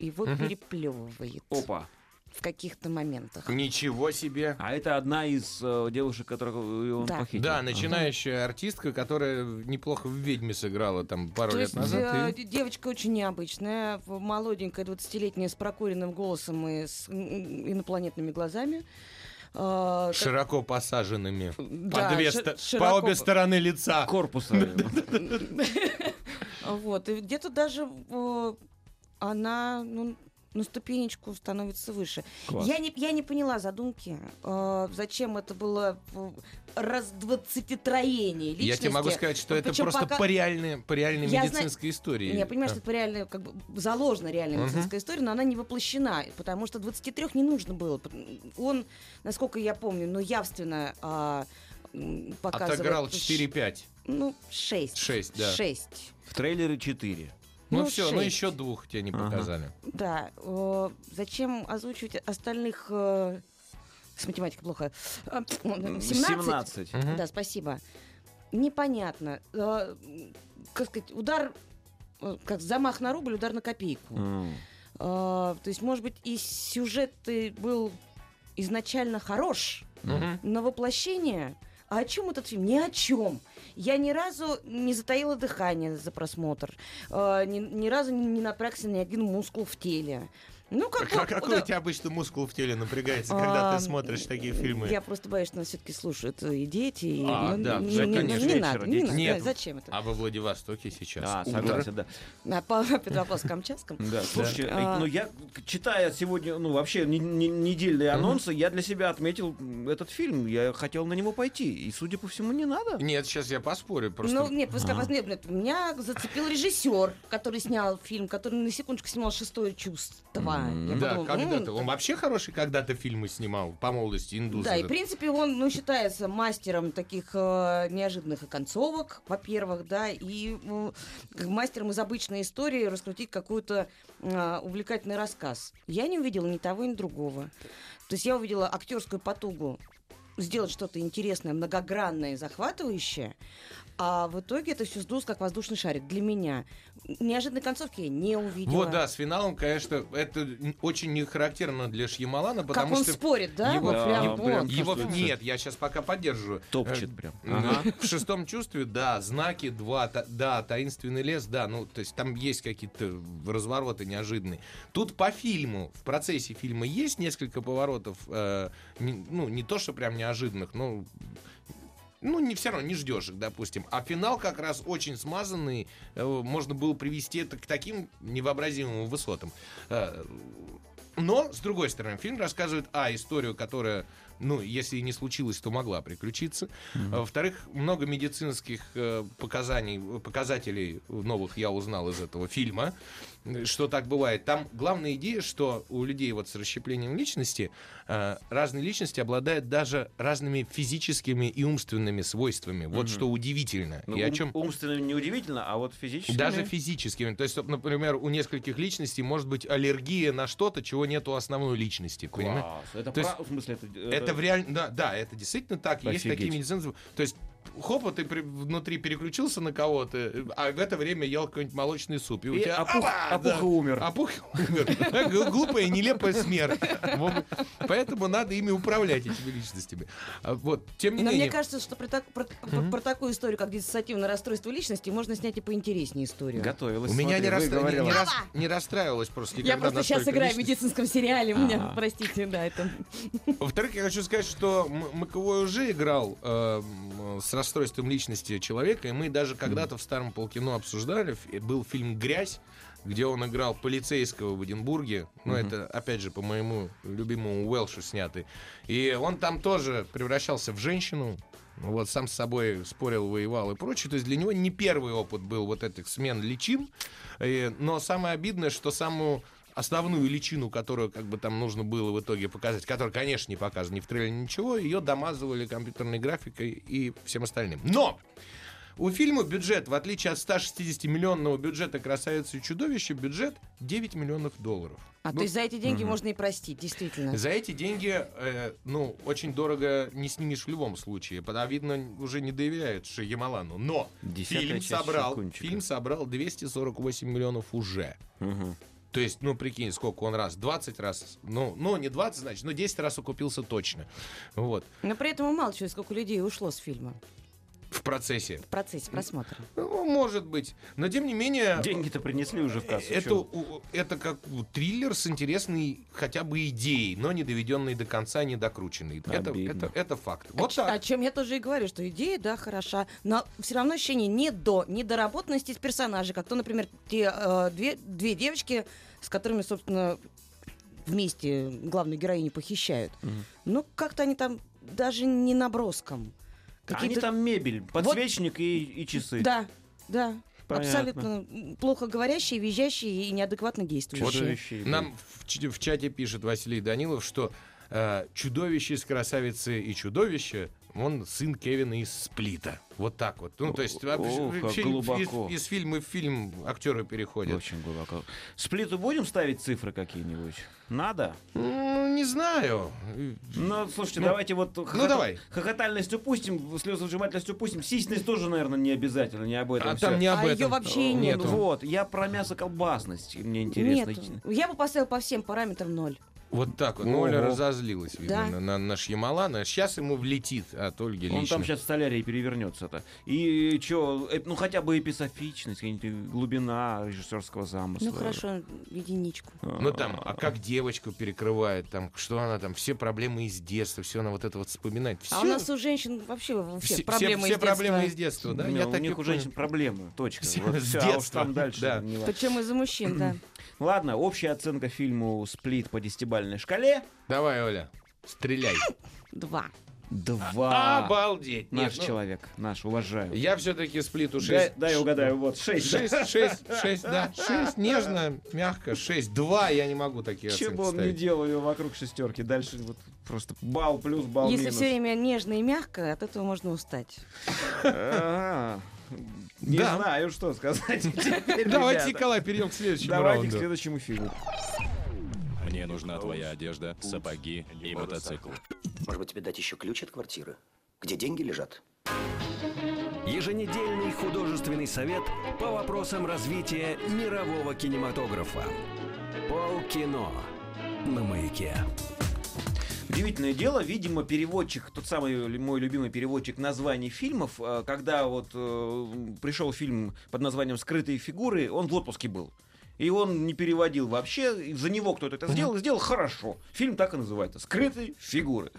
D: его переплевывает
B: Опа.
D: в каких-то моментах.
C: Ничего себе.
B: А это одна из э, девушек, которых э, он
D: Да.
B: похитил.
C: Да,
B: Ага.
C: начинающая артистка, которая неплохо в «Ведьме» сыграла там пару
D: То
C: лет
D: есть
C: назад.
D: э,
C: и-
D: де- девочка очень необычная, в- молоденькая, 20-летняя, с прокуренным голосом и с м, м, инопланетными глазами. Э, как-
C: Широко посаженными.
D: Да,
C: по, две
D: ши-
C: ста-
D: широко-
C: по обе стороны лица.
B: А, Корпуса.
D: Вот, и где-то даже э, она ну, на ступенечку становится выше.
B: Класс.
D: Я не, я не поняла задумки, э, зачем это было э, раз личности. Ну,
C: Я тебе могу сказать, что это
D: Причём
C: просто
D: пока-
C: по реальной, по реальной
D: Я знаю-
C: медицинской истории.
D: Я понимаю,
C: А.
D: что это реально как бы заложена реальная
C: Мгм.
D: медицинская история, но она не воплощена, потому что 23 не нужно было. Он, насколько я помню, но явственно а, м,
C: а
D: показывает...
C: Отыграл
D: ш-
C: 4-5.
D: Ну, 6.
C: Шесть, да.
D: 6.
B: В трейлере 4.
C: Ну,
D: Ну,
C: все, ну
D: шесть.
C: еще двух тебе не
B: Ага.
C: показали.
D: Да. э, зачем озвучивать остальных... э, с математикой плохо. э, 17?
C: Мгм.
D: Да, спасибо. Непонятно. Э, Как сказать, удар... э, Как замах на рубль, удар на копейку.
B: М.
D: А, То есть, может быть, и сюжет ты был изначально хорош,
C: Мгм.
D: но воплощение... А о чем этот фильм? Ни о чем. Я ни разу не затаила дыхание за просмотр. а, ни, ни разу не, не напрягся ни один мускул в теле. Ну, как
C: Как-
D: бы,
C: а какой
D: да.
C: у тебя обычно мускул в теле напрягается, когда
D: А,
C: ты смотришь такие фильмы?
D: Я просто боюсь, что нас все-таки слушают и дети. И,
C: А,
D: ну,
C: да,
D: не,
C: да,
D: не- не
C: конечно,
D: надо,
B: вечером
D: не надо.
C: дети.
D: Да, Зачем это?
C: А во Владивостоке сейчас.
B: А,
C: утро.
B: согласен, да.
D: А, по Петропавловск-Камчатском?
B: Да, слушайте, э,
D: А.
B: ну я, к- читая сегодня, ну вообще не- не- недельные анонсы, я для себя отметил м, этот фильм, я хотел на него пойти, и, судя по всему, не надо.
C: Нет, сейчас я поспорю просто.
D: Ну, нет, пускай вас- нет, нет, меня зацепил режиссер, который снял фильм, который на секундочку снимал шестое чувство. Я
C: да,
D: подумала, ну, «М,
C: когда-то. Он вообще хороший когда-то фильмы снимал по молодости индус.
D: Да, и в
C: этот.
D: принципе он, ну, считается мастером таких э, неожиданных оконцовок, во-первых, да, и м, как мастером из обычной истории раскрутить какой-то э, увлекательный рассказ. Я не увидела ни того, ни другого. То есть я увидела актерскую потугу сделать что-то интересное, многогранное, и захватывающее, а в итоге это все сдулось как воздушный шарик для меня. Неожиданной концовки я не увидела.
C: Вот, да, с финалом, конечно, это н- очень не характерно для Шьямалана,
D: Как
C: потому
D: он
C: что...
D: спорит, да?
C: его-
D: вот
C: да,
D: прям,
B: он прям
D: вот.
C: Его
B: чувствуется.
C: нет, я сейчас пока поддерживаю.
B: Топчет
C: Э,
B: прям.
C: Ага. В шестом чувстве, да, знаки, два, та- да, таинственный лес, да, ну, то есть там есть какие-то развороты неожиданные. Тут по фильму, в процессе фильма есть несколько поворотов, э, не- ну, не то, что прям неожиданных, но... Ну, не все равно не ждешь их, допустим. А финал как раз очень смазанный. э, Можно было привести это к таким невообразимым высотам. Э, но, с другой стороны, фильм рассказывает, а, историю, которая, ну, если и не случилась, то могла приключиться. А, Во-вторых, много медицинских э, показаний, э, показателей новых я узнал из этого фильма, э, что так бывает. Там главная идея, что у людей вот с расщеплением личности э, разные личности обладают даже разными физическими и умственными свойствами. Вот что удивительно.
B: Ну,
C: и о
B: ум-
C: чем...
B: Умственно неудивительно, а вот физически...
C: Даже физическими. То есть, чтоб, например, у нескольких личностей может быть аллергия на что-то, чего нет у основной личности. понимаешь?
B: Класс. Это
C: То есть
B: пра- в смысле, это... э,
C: Это в реаль- да, да, это действительно так. Есть
B: Офигеть.
C: такие медицинские. То есть хопа, ты при- внутри переключился на кого-то, а в это время ел какой-нибудь молочный суп. И, у
B: И
C: тебя
B: опух-
C: опа,
B: опух и умер.
C: Опух и умер. Да, гл- Глупая, нелепая смерть. Вот. Поэтому надо ими управлять, этими личностями. А Вот, тем не
D: Но мне
C: менее.
D: кажется, что про, так- про- про- про такую историю, как диссоциативное расстройство личности, можно снять и поинтереснее историю.
B: Готовилась.
C: А, У меня не,
B: смотри,
C: расстра- не-
B: выговорила.
C: не рас- не расстраивалось просто никогда.
D: Я просто сейчас
C: настолько
D: играю в
C: личность.
D: медицинском сериале, у меня, простите, да, это...
C: Во-вторых, я хочу сказать, что М- Маковой уже играл э, м, с расстройством личности человека, и мы даже когда-то в старом полкино обсуждали, ф- был фильм «Грязь», где он играл полицейского в Эдинбурге. Ну, это, опять же, по моему любимому Уэлшу снятый. И он там тоже превращался в женщину, Ну вот сам с собой спорил, воевал и прочее. То есть для него не первый опыт был вот этих смен личин. И- но самое обидное, что самую основную личину, которую как бы там нужно было в итоге показать, которая, конечно, не показана ни в трейлере, ничего, ее домазывали компьютерной графикой и всем остальным. Но! У фильма бюджет, в отличие от 160-миллионного бюджета «Красавицы и чудовище», бюджет 9 миллионов долларов.
D: А то есть за эти деньги можно и простить, действительно.
C: За эти деньги, э, ну, очень дорого не снимешь в любом случае. Потому видно, уже не доверяют Ямалану. Но
B: Десятая
C: фильм
B: часть
C: собрал,
B: «Щелкунчика».
C: фильм собрал 248 миллионов уже.
B: Мгм.
C: То есть, ну, прикинь, сколько он раз? 20 раз? Ну, ну не 20, значит, но 10 раз окупился точно. Вот.
D: Но при этом умалчиваю, сколько людей ушло с фильма
C: В процессе.
D: в процессе просмотра.
C: Ну, может быть. Но, тем не
D: А,
C: менее... э,
B: Деньги-то принесли уже в кассу.
C: Это,
B: чё?
C: у- это как у- триллер с интересной хотя бы идеей, но не доведенной до конца, не докрученной. Это,
B: Обидно.
C: это, это факт. Вот
D: А Ч-
C: так.
D: О чем я тоже и говорю, что идея, да, хороша, но все равно ощущение не до, недоработанности с персонажей, как то, например, те э, две, две девочки, с которыми, собственно, вместе главную героиню похищают. Но как-то они там даже не наброском.
B: Они
D: Какие-то-
B: там мебель, подсвечник и, и часы.
D: Да, да.
B: Понятно.
D: Абсолютно м, плохо говорящие, визжащие и неадекватно действующие.
B: Чудовище.
C: Нам в, ч- в чате пишет Василий Данилов, что э, чудовище из красавицы и чудовище. Он сын Кевина из Сплита. Вот так вот. Ну, то есть,
B: О,
C: вообще
B: как
C: вообще
B: глубоко.
C: из, из фильма в фильм актеры переходят.
B: Очень глубоко. Сплиту будем ставить цифры какие-нибудь? Надо?
C: Ну, не знаю.
B: Ну, слушайте, давайте вот хохота-
C: давай.
B: хохотальность упустим, слезовжимательность упустим. Сисьность тоже, наверное, не обязательно, не об этом
C: А
B: всё.
C: там не об
D: А
C: этом.
D: её вообще и
B: Ну,
D: нету.
B: Вот, я про мясо колбасность, мне интересно.
D: Нет, я бы поставил по всем параметрам ноль.
C: Вот так вот. Ну, Оля
B: Ого.
C: разозлилась, видно,
D: Да.
C: на, на наш Ямалана. Сейчас ему влетит от Ольги
B: Он
C: лично.
B: там сейчас в солярии перевернется-то. И что, ну хотя бы эписофичность, какая-нибудь глубина режиссерского замысла.
D: Ну хорошо, единичку.
C: Ну там, а как девочку перекрывает, там, что она там, все проблемы из детства, все она вот это вот вспоминает.
D: А у
C: Всё-
D: нас у женщин вообще у
C: все,
D: всех проблемы
C: все
D: из детства.
C: проблемы из детства, да?
B: Ну,
C: Я
B: у
C: так и
B: них у
C: понял.
B: женщин проблемы, точка.
C: Все,
B: Вот
C: с
B: всё, а уж
C: детства.
B: там дальше.
C: Да.
B: не важно.
D: Причем из-за мужчин, да.
B: Ладно, общая оценка фильму «Сплит» по десятибалльной шкале.
C: Давай, Оля, стреляй.
D: Два.
B: Два.
C: Обалдеть. Нет,
B: Наш
C: ну,
B: человек, наш, уважаю.
C: Я все-таки сплиту
B: Дай,
C: 6.
B: дай угадаю, вот, шесть. да.
C: 6, 6, 6, да. 6, нежно, мягко. 6, 2, я не могу такие
B: Чем бы
C: оценки
B: он ни
C: ставить.
B: делал ее вокруг шестерки, дальше вот просто бал плюс, бал
D: Если
B: минус.
D: все время нежно и мягко, от этого можно устать.
B: А, Не
C: Да.
B: знаю, что сказать. теперь,
C: Давайте,
B: ребята.
C: Николай, перейдем к следующему
B: Давайте к
C: раунду.
B: следующему фильму.
I: Мне нужна твоя одежда, сапоги и мотоцикл.
F: Может быть, тебе дать еще ключ от квартиры? Где деньги лежат?
A: Еженедельный художественный совет по вопросам развития мирового кинематографа. Полкино на маяке.
B: Удивительное дело, видимо, переводчик, тот самый лю- мой любимый переводчик названий фильмов, э, когда вот э, пришел фильм под названием «Скрытые фигуры», он в отпуске был. И он не переводил вообще, и за него кто-то это сделал, и сделал хорошо. Фильм так и называется «Скрытые фигуры».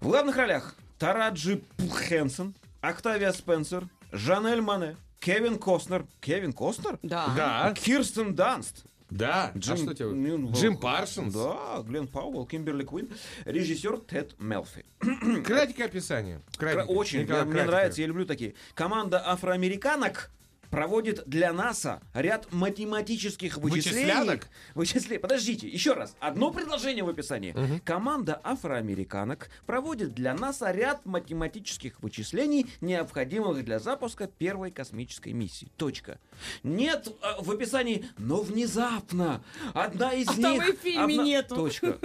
B: В главных ролях Тараджи П. Хэнсон, Октавия Спенсер, Жанель Мане, Кевин Костнер. Кевин Костнер? А,
D: Да.
C: Да,
B: Кирстен Данст.
C: А? да. А
B: Джим-
C: что тебе-
B: Мюн-
C: Джим Парсонс.
B: Да, Глен Пауэлл, Кимберли Квин, режиссер Тед Мелфи.
C: Хм, Кратенькое описание.
B: Кра-
C: Кратенькое.
B: Очень,
C: Николай,
B: я- мне
C: кратенькое.
B: нравится, я люблю такие. Команда афроамериканок проводит для НАСА ряд математических вычислений.
C: Вычислянок?
B: Вычисле- Подождите, еще раз. Одно предложение в описании. Команда афроамериканок проводит для НАСА ряд математических вычислений, необходимых для запуска первой космической миссии. Точка. Нет э, в описании, но внезапно одна из
D: А
B: них...
D: там и в фильме
B: одна-
D: нету.
B: Точка.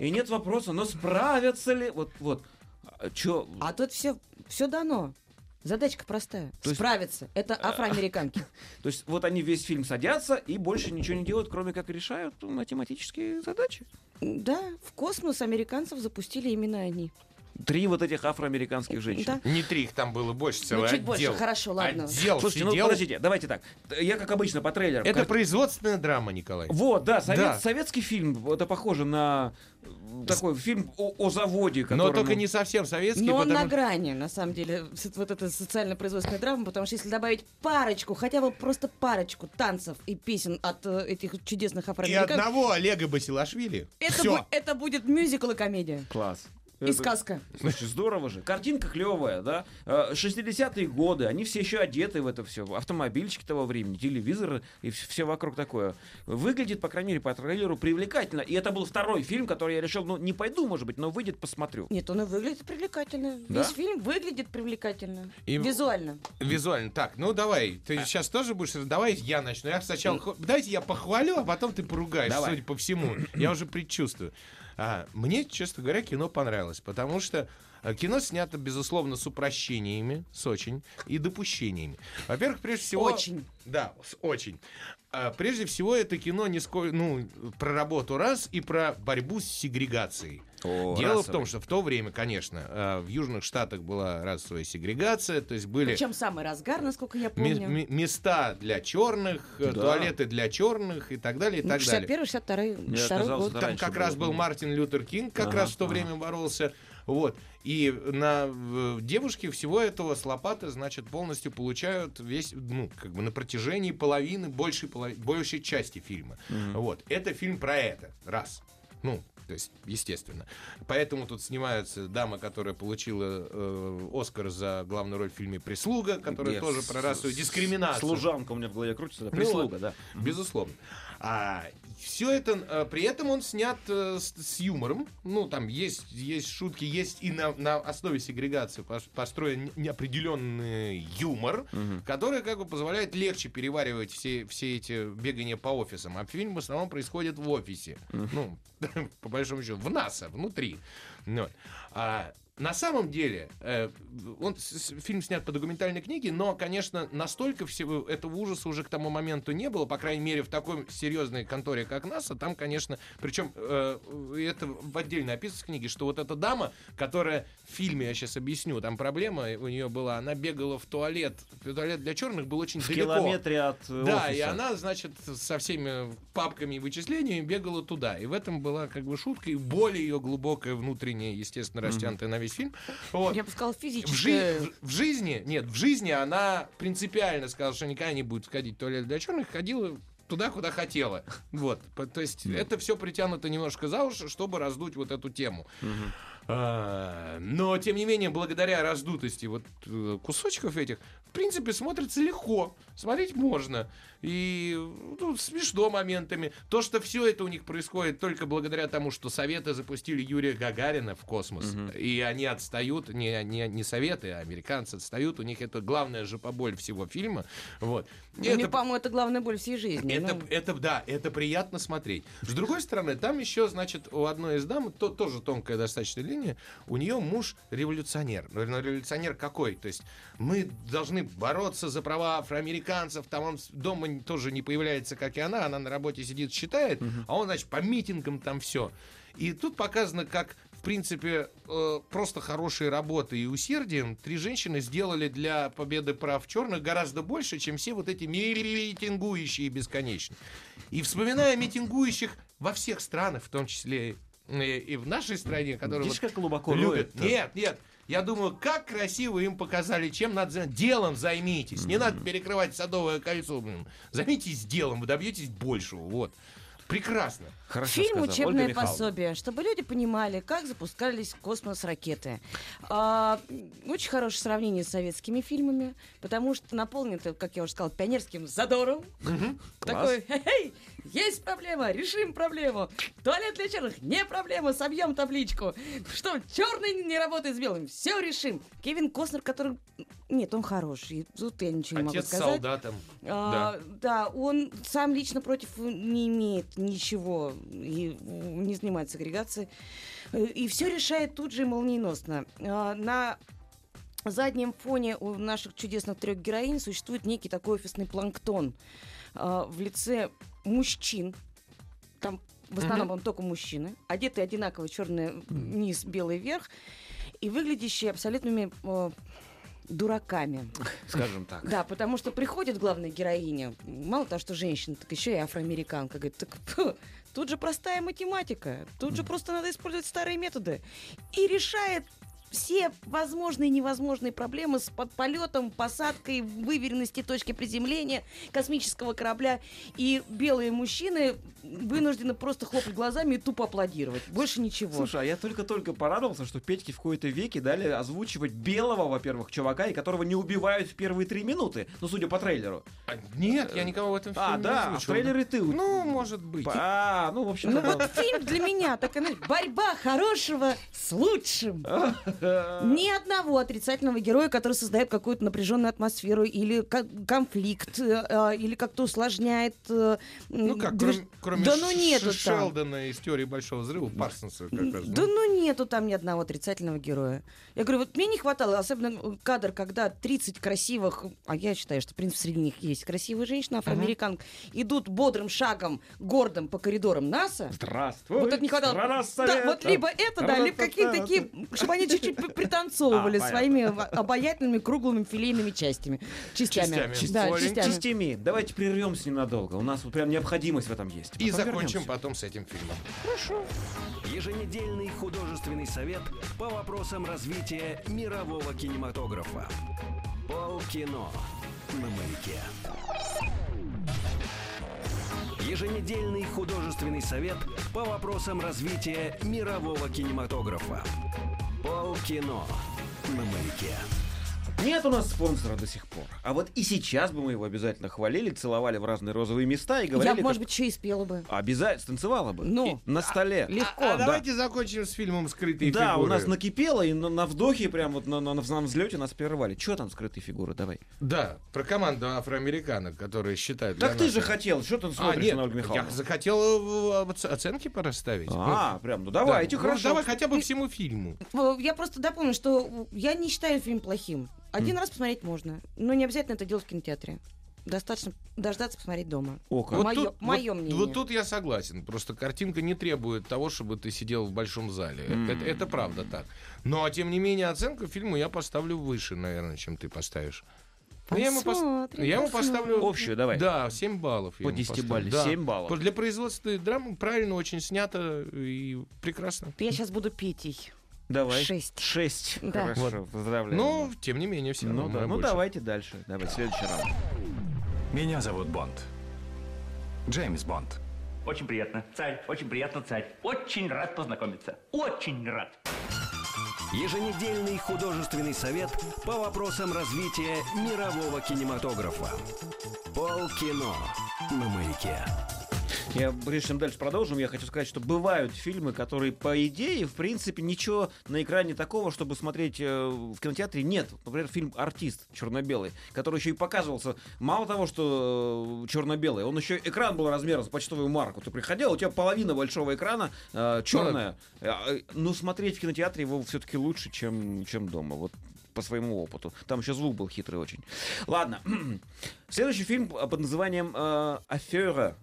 B: И нет вопроса, но справятся ли... Вот, вот. А, Чё?
D: А тут все, все дано. Задачка простая.
B: То есть-
D: Справиться. Это афроамериканки.
B: То есть вот они весь фильм садятся и больше ничего не делают, кроме как решают ну, математические задачи.
D: Да, в космос американцев запустили именно они.
B: Три вот этих афроамериканских женщин.
D: Да.
C: Не три, их там было больше,
B: Ну,
C: целый
D: Ну, чуть больше,
C: отдел.
D: хорошо, ладно.
C: Отдел
B: Слушайте, ну
C: сидел.
B: подождите, давайте так. Я, как обычно, по трейлерам.
C: Это
B: Как-
C: производственная драма, Николай.
B: Вот, да, совет-
C: Да.
B: советский фильм, это похоже на э, такой фильм о, о заводе,
C: Но
B: которому-
C: только не совсем советский,
D: Но он
C: потому
D: на грани, на самом деле, с- вот эта социально-производственная драма, потому что если добавить парочку, хотя бы просто парочку танцев и песен от э, этих чудесных
C: И
D: афроамериканцев,
C: одного Олега Басилашвили.
D: это,
C: Всё.
D: бу- это будет мюзикл и комедия.
B: Класс.
D: И
B: Это-
D: сказка.
B: Слушай, здорово же. Картинка клевая, да? Э, 60-е годы, они все еще одеты в это все. Автомобильчики того времени, телевизоры и все вокруг такое. Выглядит, по крайней мере, по трейлеру привлекательно. И это был второй фильм, который я решил, ну, не пойду, может быть, но выйдет, посмотрю.
D: Нет, он и выглядит привлекательно.
B: Да?
D: Весь фильм выглядит привлекательно.
C: И-
D: Визуально.
C: Визуально. Так, ну давай. Ты сейчас тоже будешь... Давай я начну. Я сначала... хо- Давайте я похвалю, а потом ты поругаешь,
B: Давай.
C: судя по всему. Я уже предчувствую. А, мне, честно говоря, кино понравилось, потому что э, кино снято, безусловно, с упрощениями, с очень, и допущениями. Во-первых, прежде всего...
D: Очень.
C: Да, с- очень. А, Прежде всего, это кино не сколь- ну, про работу раз и про борьбу с сегрегацией. Дело в том, что в то время, конечно, э, в Южных Штатах была расовая сегрегация, то есть были
D: Причем самый разгар, насколько я
C: ме-
D: помню.
C: ме- места для черных, э,
B: Да.
C: туалеты для черных и так далее, и
D: Ну,
C: так далее.
D: 61 62
B: Я
D: второй
B: оказался
D: год.
B: да.
C: Там
B: раньше
C: как
B: было,
C: раз был
B: по-моему.
C: Мартин Лютер Кинг, как
B: Ага,
C: раз в то
B: ага.
C: время боролся. Вот. И на в, девушки всего этого с лопаты, значит, полностью получают весь, ну, как бы на протяжении половины, большей, полови- большей части фильма. Вот. Это фильм про это. Раз. Ну, то есть, естественно. Поэтому тут снимается дама, которая получила э, Оскар за главную роль в фильме «Прислуга», которая
B: Я
C: тоже
B: с-
C: про расовую
B: с-
C: дискриминацию.
B: Служанка у меня в голове крутится, да,
C: Ну,
B: прислуга, да.
C: Безусловно. А, все это, э, при этом он снят э, с, с юмором. Ну, там есть, есть шутки, есть и на, на основе сегрегации пос- построен неопределенный юмор, который как бы позволяет легче переваривать все, все эти бегания по офисам. А фильм в основном происходит в офисе. Ну, по большому счету, в НАСА, внутри. Ну, вот. А, на самом деле, э, он, с- с- фильм снят по документальной книге, но, конечно, настолько всего этого ужаса уже к тому моменту не было, по крайней мере, в такой серьезной конторе, как НАСА, там, конечно, причем э, это в отдельно описывается в книге, что вот эта дама, которая в фильме, я сейчас объясню, там проблема у нее была, она бегала в туалет, туалет для черных был очень
B: В
C: далеко.
B: километре от э,
C: Да, и
B: офиса.
C: она, значит, со всеми папками и вычислениями бегала туда. И в этом была как бы шутка, и боль ее глубокая, внутренняя, естественно, растянутая на весь фильм. Вот.
D: Я бы сказала,
C: В,
D: физически.
C: жи- в- в жизни, нет, в жизни она принципиально сказала, что никогда не будет входить в туалет для черных, ходила туда, куда хотела. Вот. По- То есть это все притянуто немножко за уши, чтобы раздуть вот эту тему. А, Но, тем не менее, благодаря раздутости вот э, кусочков этих, в принципе, смотрится легко. Смотреть можно. И ну, смешно моментами. То, что все это у них происходит только благодаря тому, что Советы запустили Юрия Гагарина в космос. И они отстают, не, не, не Советы, а американцы отстают. У них это главная же поболь всего фильма. Вот. И
D: Ну, Мне,
C: это
D: по-моему, это главная боль всей жизни.
C: это,
D: Ну,
C: это, да, это приятно смотреть. С другой стороны, там еще, значит, у одной из дам, то, тоже тонкая достаточно линия, у нее муж революционер. Ну, революционер какой? То есть мы должны бороться за права афроамериканцев, там он с- дома н- тоже не появляется, как и она, она на работе сидит, считает, а он, значит, по митингам там все. И тут показано, как, в принципе, э, просто хорошей работой и усердием три женщины сделали для победы прав черных гораздо больше, чем все вот эти митингующие бесконечно. И вспоминая митингующих во всех странах, в том числе и, и в нашей стране, которая
B: Видишь,
C: вот
B: как глубоко
C: любит.
B: роет-то?
C: Нет, нет. Я думаю, как красиво им показали, чем надо заняться. Делом займитесь. Не надо перекрывать садовое кольцо. блин. Займитесь делом, вы добьетесь большего. Вот. Прекрасно.
B: Хорошо
D: Фильм
B: сказала, Ольга
D: «Учебное
B: Михайловна.
D: пособие», чтобы люди понимали, как запускались в космос ракеты. А, очень хорошее сравнение с советскими фильмами, потому что наполнено, это, как я уже сказала, пионерским задором. Такой, «Хе-хей, есть проблема, решим проблему. Туалет для черных не проблема, собьем табличку. Что, черный не работает с белым, все решим. Кевин Костнер, который... Нет, он хороший, тут я ничего не могу
C: Отец с
D: сказать.
C: солдатом.
D: А, да. он сам лично против не имеет ничего и м, не занимает сегрегацией. Э, И все решает тут же и молниеносно. А, на заднем фоне у наших чудесных трех героинь существует некий такой офисный планктон а, в лице мужчин. Там в основном он только мужчины, одетые одинаково черный низ, белый верх, и выглядящие абсолютными э, дураками.
B: скажем так.
D: Да, потому что приходит главная героиня, мало того, что женщина, так еще и афроамериканка, говорит, так пф, тут же простая математика, тут же просто надо использовать старые методы. И решает все возможные и невозможные проблемы с подполетом, посадкой, выверенности точки приземления космического корабля. И белые мужчины вынуждены просто хлопать глазами и тупо аплодировать. Больше ничего.
B: Слушай, а я только-только порадовался, что Петьке в какой-то веке дали озвучивать белого, во-первых, чувака, и которого не убивают в первые три минуты, ну, судя по трейлеру.
C: А, Нет, я никого в этом фильме
B: А,
C: не
B: да, в
C: озвучивал.
B: трейлере ты... у-
C: Ну, может быть.
B: А, ну, в общем...
D: Ну
B: да.
D: вот фильм для меня такая, знаешь, борьба хорошего с лучшим.
B: э,
D: Ни одного отрицательного героя, который создает какую-то напряженную атмосферу или ко- конфликт, э, э, или как-то усложняет. э, м,
C: Ну как,
D: движ-
C: кроме, кроме
D: да ну
C: Ш-
D: нету
C: Ш-
D: там.
C: Шелдона из теории Большого Взрыва, Парсонса как раз.
D: Да ну нету там ни одного отрицательного героя. Я говорю, вот мне не хватало, особенно э, кадр, когда 30 красивых, а я считаю, что, в принципе, среди них есть красивые женщины, афроамериканки, идут бодрым шагом, гордым по коридорам НАСА.
B: Здравствуй,
D: Вот это не хватало.
B: страна
D: Да, вот
B: Советов.
D: либо это, да, либо
B: Та-та-та-та.
D: какие-то такие, чтобы они чуть-чуть при- пританцовывали
B: А, понятно.
D: своими об- обаятельными круглыми филейными частями. Частями.
C: Частями.
D: Да,
C: Чистями.
D: частями.
B: Частями. Давайте прервемся ненадолго. У нас вот прям необходимость в этом есть.
C: И
B: Потом
C: закончим
B: вернемся.
C: потом с этим фильмом.
A: Еженедельный художественный совет по вопросам развития мирового кинематографа. Полкино на маяке. Еженедельный художественный совет по вопросам развития мирового кинематографа. Полкино на маяке.
B: Нет у нас спонсора до сих пор. А вот и сейчас бы мы его обязательно хвалили, целовали в разные розовые места и говорили...
D: Я, бы,
B: как-
D: может быть, еще и спела бы.
B: Обязательно станцевала бы.
D: Ну.
B: И на столе.
D: Легко.
C: А
B: Да.
C: давайте закончим с фильмом «Скрытые
B: Да,
C: фигуры».
B: у нас накипело, и на, на вдохе, прям вот на, на, на взлете нас прервали. Че там скрытые фигуры? Давай.
C: Да, про команду афроамериканок, которые считают...
B: Так ты
C: Леонардо-
B: же хотел, что ты
C: А,
B: смотришь
C: нет,
B: на Ольгу
C: я
B: Михайловну?
C: захотел э, в- оц- оценки пораставить.
B: А, прям, ну
C: Ну,
B: давайте,
C: да. Ну,
B: хорошо.
C: давай хотя бы всему фильму.
D: Э, Я просто дополню, что я не считаю фильм плохим. Один раз посмотреть можно, но не обязательно это делать в кинотеатре. Достаточно дождаться посмотреть дома.
B: О, как.
D: Вот Моё- моё
C: вот-
D: мнение.
C: вот тут я согласен. Просто картинка не требует того, чтобы ты сидел в большом зале. Это, это правда так. Но, тем не менее, оценку фильму я поставлю выше, наверное, чем ты поставишь. Ну, я ему, пос-
D: Посмотрим,
C: я ему поставлю...
B: Общую давай.
C: э, Да, 7 баллов. я
B: По
C: ему
B: 10
C: поставлю.
B: балле,
C: Да.
B: 7 баллов.
C: Просто Для производственной драмы правильно очень снято и прекрасно.
D: Я сейчас буду Петей.
B: Давай.
D: Шесть.
B: Шесть.
D: Да.
B: Хорошо, поздравляю.
C: Но, тем не менее, все
B: ну,
C: равно.
B: да.
C: да,
B: ну
C: Ну, больше.
B: давайте дальше. Давай, следующий раунд.
I: Меня зовут Бонд. Джеймс Бонд.
J: Очень приятно, царь, очень приятно, царь. Очень рад познакомиться. Очень рад.
A: Еженедельный художественный совет по вопросам развития мирового кинематографа. Полкино на маяке.
B: Я, прежде чем дальше продолжим, я хочу сказать, что бывают фильмы, которые, по идее, в принципе, ничего на экране такого, чтобы смотреть э, в кинотеатре, нет. Например, фильм «Артист» черно-белый, который еще и показывался. Мало того, что э, черно-белый, он еще экран был размером с почтовую марку. Ты приходил, у тебя половина большого экрана э, черная. Но смотреть в кинотеатре его все-таки лучше, чем, чем дома. Вот по своему опыту. Там еще звук был хитрый очень. Ладно. Следующий фильм э, под названием э, «Афера».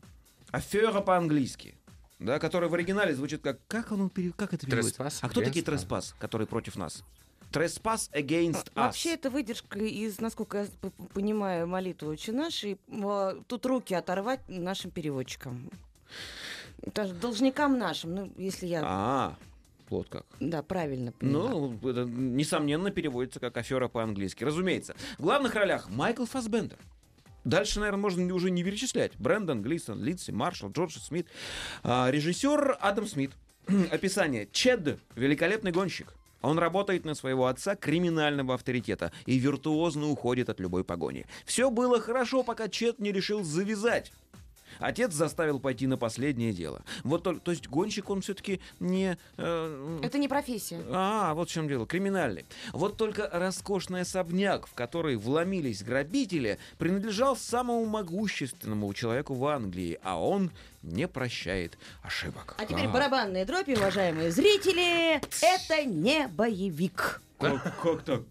B: Афера по-английски. Да, который в оригинале звучит как... Как, он, пере- как это переводится?
C: Trespass
B: а кто такие
C: against
B: треспас, которые против нас? Треспас against us.
D: Вообще, это выдержка из, насколько я п- понимаю, молитвы «Отче наш», и э, тут руки оторвать нашим переводчикам. Даже должникам нашим, ну, если я,
B: А, вот как.
D: да, правильно поняла.
B: Ну, это, несомненно, переводится как афера по-английски. Разумеется. В главных ролях Майкл Фассбендер. Дальше, наверное, можно не- уже не перечислять. Брэндон, Глисон, Лидси, Маршалл, Джордж Смит. А, режиссер Адам Смит. Описание. Чед – великолепный гонщик. Он работает на своего отца криминального авторитета и виртуозно уходит от любой погони. Все было хорошо, пока Чед не решил завязать. Отец заставил пойти на последнее дело. Вот только, то есть гонщик он все-таки не э,
D: Это не профессия.
B: а, вот в чем дело, криминальный. Вот только роскошный особняк, в который вломились грабители, принадлежал самому могущественному человеку в Англии, а он не прощает ошибок.
D: А теперь барабанные дропи, уважаемые зрители, это не боевик.
B: Как, так?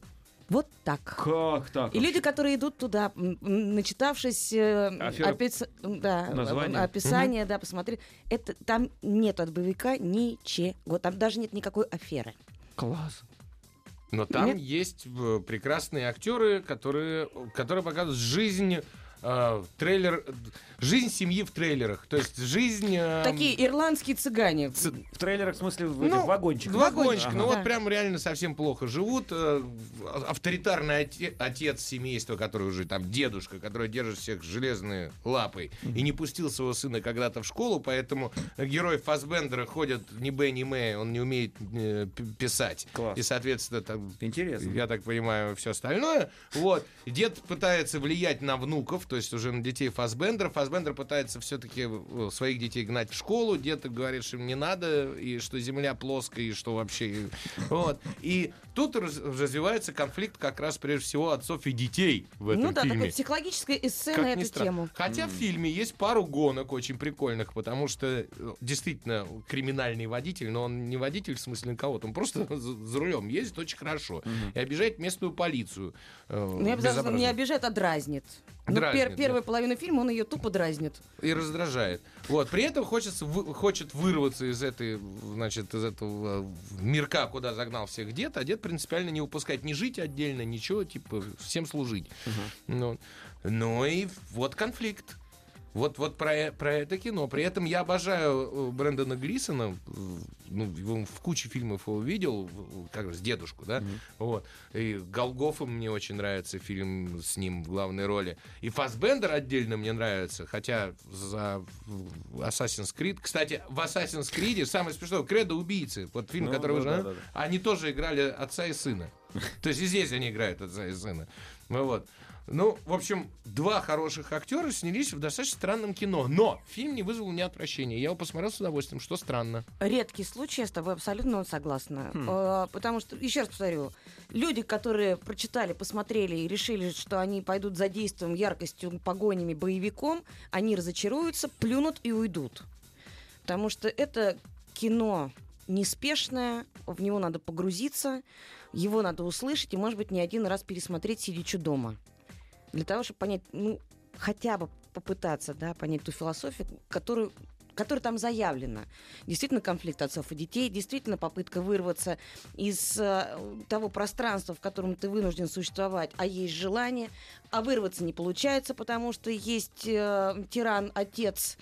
D: Вот так.
B: Как так?
D: И люди, которые идут туда, м, м, начитавшись э,
B: Афера-
D: опис- м, да,
B: название?
D: э, описание, да, посмотри, это там нет от боевика ничего, там даже нет никакой аферы.
B: Класс.
C: Но там
D: Нет.
C: есть э, прекрасные актеры, которые, которые показывают жизнь э, трейлер, жизнь семьи в трейлерах. То есть жизнь... э,
D: Такие ирландские цыгане.
B: В трейлерах, в смысле, в
C: Ну,
B: этих вагончиках.
C: Вагончик,
B: Ага.
C: ну
D: Да.
C: вот прям реально совсем плохо живут. э, а- Авторитарный оте- отец семейства, который уже там дедушка, который держит всех железной лапой и не пустил своего сына когда-то в школу, поэтому герой Фасбендера ходят ни Б, ни Мэ, он не умеет э, п- писать.
B: Класс.
C: И, соответственно, там
B: А, Интересно.
C: я так понимаю, все остальное. Вот. Дед пытается влиять на внуков, то есть уже на детей Фасбендера. Фасбендер пытается все-таки своих детей гнать в школу. Дед говорит, что им не надо, и что земля плоская, и что вообще... Вот. И тут раз- развивается конфликт как раз прежде всего отцов и детей в этом
D: Ну да,
C: фильме.
D: такое психологическое эссе
C: Как
D: на
C: ни
D: эту
C: странно.
D: тему.
C: Хотя в фильме есть пару гонок очень прикольных, потому что э, действительно криминальный водитель, но он не водитель в смысле на кого-то, он просто за, за рулем ездит очень хорошо и обижает местную полицию. э,
D: Не, обязательно
C: безобразно.
D: не обижает, а дразнит. Ну, пер-
C: Дразнит, да.
D: первую половину фильма он ее тупо дразнит.
C: И раздражает. Вот. При этом хочется, вы- хочет вырваться из этой, значит, из этого э, мирка, куда загнал всех дед, а дед принципиально не выпускает ни жить отдельно, ничего, типа, всем служить. Ну, ну и вот конфликт. Вот, вот про, э- про это кино. При этом я обожаю э, Брэндона Грисона. э, Ну, его в куче фильмов его видел, в- как раз дедушку, да. Вот. И Голгофа мне очень нравится фильм с ним в главной роли. И Фасбендер отдельно мне нравится. Хотя за в- Assassin's Creed. Кстати, в Assassin's Creed самое смешное Кредо убийцы. Вот фильм,
B: Ну,
C: который
B: да,
C: уже.
B: да, да, да.
C: Они тоже играли отца и сына. То есть и здесь они играют отца и сына. Ну Вот. Ну, в общем, два хороших актера снялись в достаточно странном кино. Но фильм не вызвал у меня отвращения. Я его посмотрел с удовольствием, что странно.
D: Редкий случай, я с тобой абсолютно согласна. Э, Потому что, еще раз повторю, люди, которые прочитали, посмотрели и решили, что они пойдут за действием, яркостью, погонями, боевиком, они разочаруются, плюнут и уйдут. Потому что это кино неспешное, в него надо погрузиться, его надо услышать и, может быть, не один раз пересмотреть, сидячи дома. Для того, чтобы понять, ну, хотя бы попытаться, да, понять ту философию, которую которая там заявлена. Действительно конфликт отцов и детей, действительно попытка вырваться из э, того пространства, в котором ты вынужден существовать, а есть желание, а вырваться не получается, потому что есть э, тиран, отец,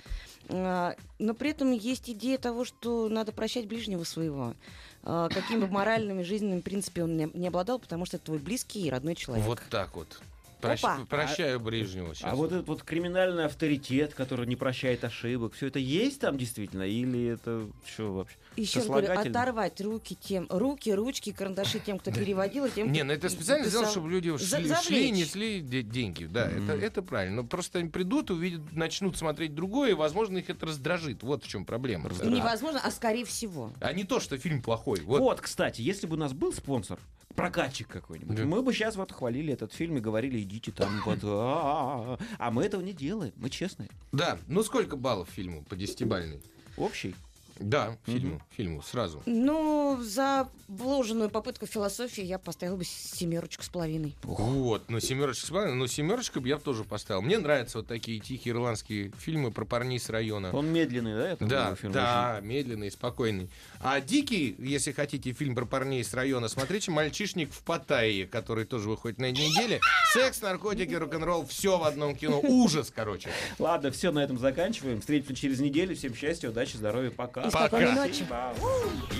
D: Э, но при этом есть идея того, что надо прощать ближнего своего, Э, какими бы моральными, жизненными принципами он не, не обладал, потому что это твой близкий и родной человек.
C: Вот так вот.
D: Опа.
C: Прощ- прощаю ближнего сейчас.
B: А вот этот вот криминальный авторитет, который не прощает ошибок, все это есть там действительно? Или это что вообще?
D: Еще раз говорю,
B: сослагательно?
D: оторвать руки тем, руки, ручки, карандаши тем, кто переводил, и тем,
C: Не,
D: кто
C: ну это специально сделано,
D: писал.
C: чтобы люди
D: За-
C: шли,
D: завлечь.
C: шли и несли де- деньги. Да, это, это правильно. Но просто они придут, увидят, начнут смотреть другое, и, возможно, их это раздражит. Вот в чем проблема.
D: И невозможно, а скорее всего.
C: А не то, что фильм плохой.
B: Вот.
C: Вот.
B: кстати, если бы у нас был спонсор, прокатчик какой-нибудь,
C: Да.
B: мы бы сейчас вот хвалили этот фильм и говорили, идите там вот, а-а-а». а мы этого не делаем, мы честные,
C: Да. Ну сколько баллов фильму по десятибальной?
B: общий.
C: Да, фильму, фильму сразу.
D: Ну, за вложенную попытку философии я поставила бы семерочку с половиной.
C: Вот, ну семерочка, смотри, ну семерочка бы я бы тоже поставил. Мне нравятся вот такие тихие ирландские фильмы про парней с района.
B: Он медленный, да? это
C: Да,
B: был фильм
C: да, медленный, спокойный. А «Дикий», если хотите фильм про парней с района, смотрите «Мальчишник в Паттайе», который тоже выходит на этой неделе. Секс, наркотики, рок-н-ролл, все в одном кино. Ужас, короче.
B: очень. Ладно, все, на этом заканчиваем. Встретимся через неделю. Всем счастья, удачи, здоровья, пока.
D: И
C: Пока.
D: спокойной ночи.
B: Спасибо.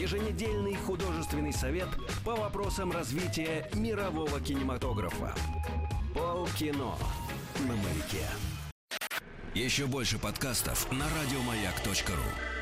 A: Еженедельный художественный совет по вопросам развития мирового кинематографа. Полкино на маяке. Еще больше подкастов на радиомаяк.ру.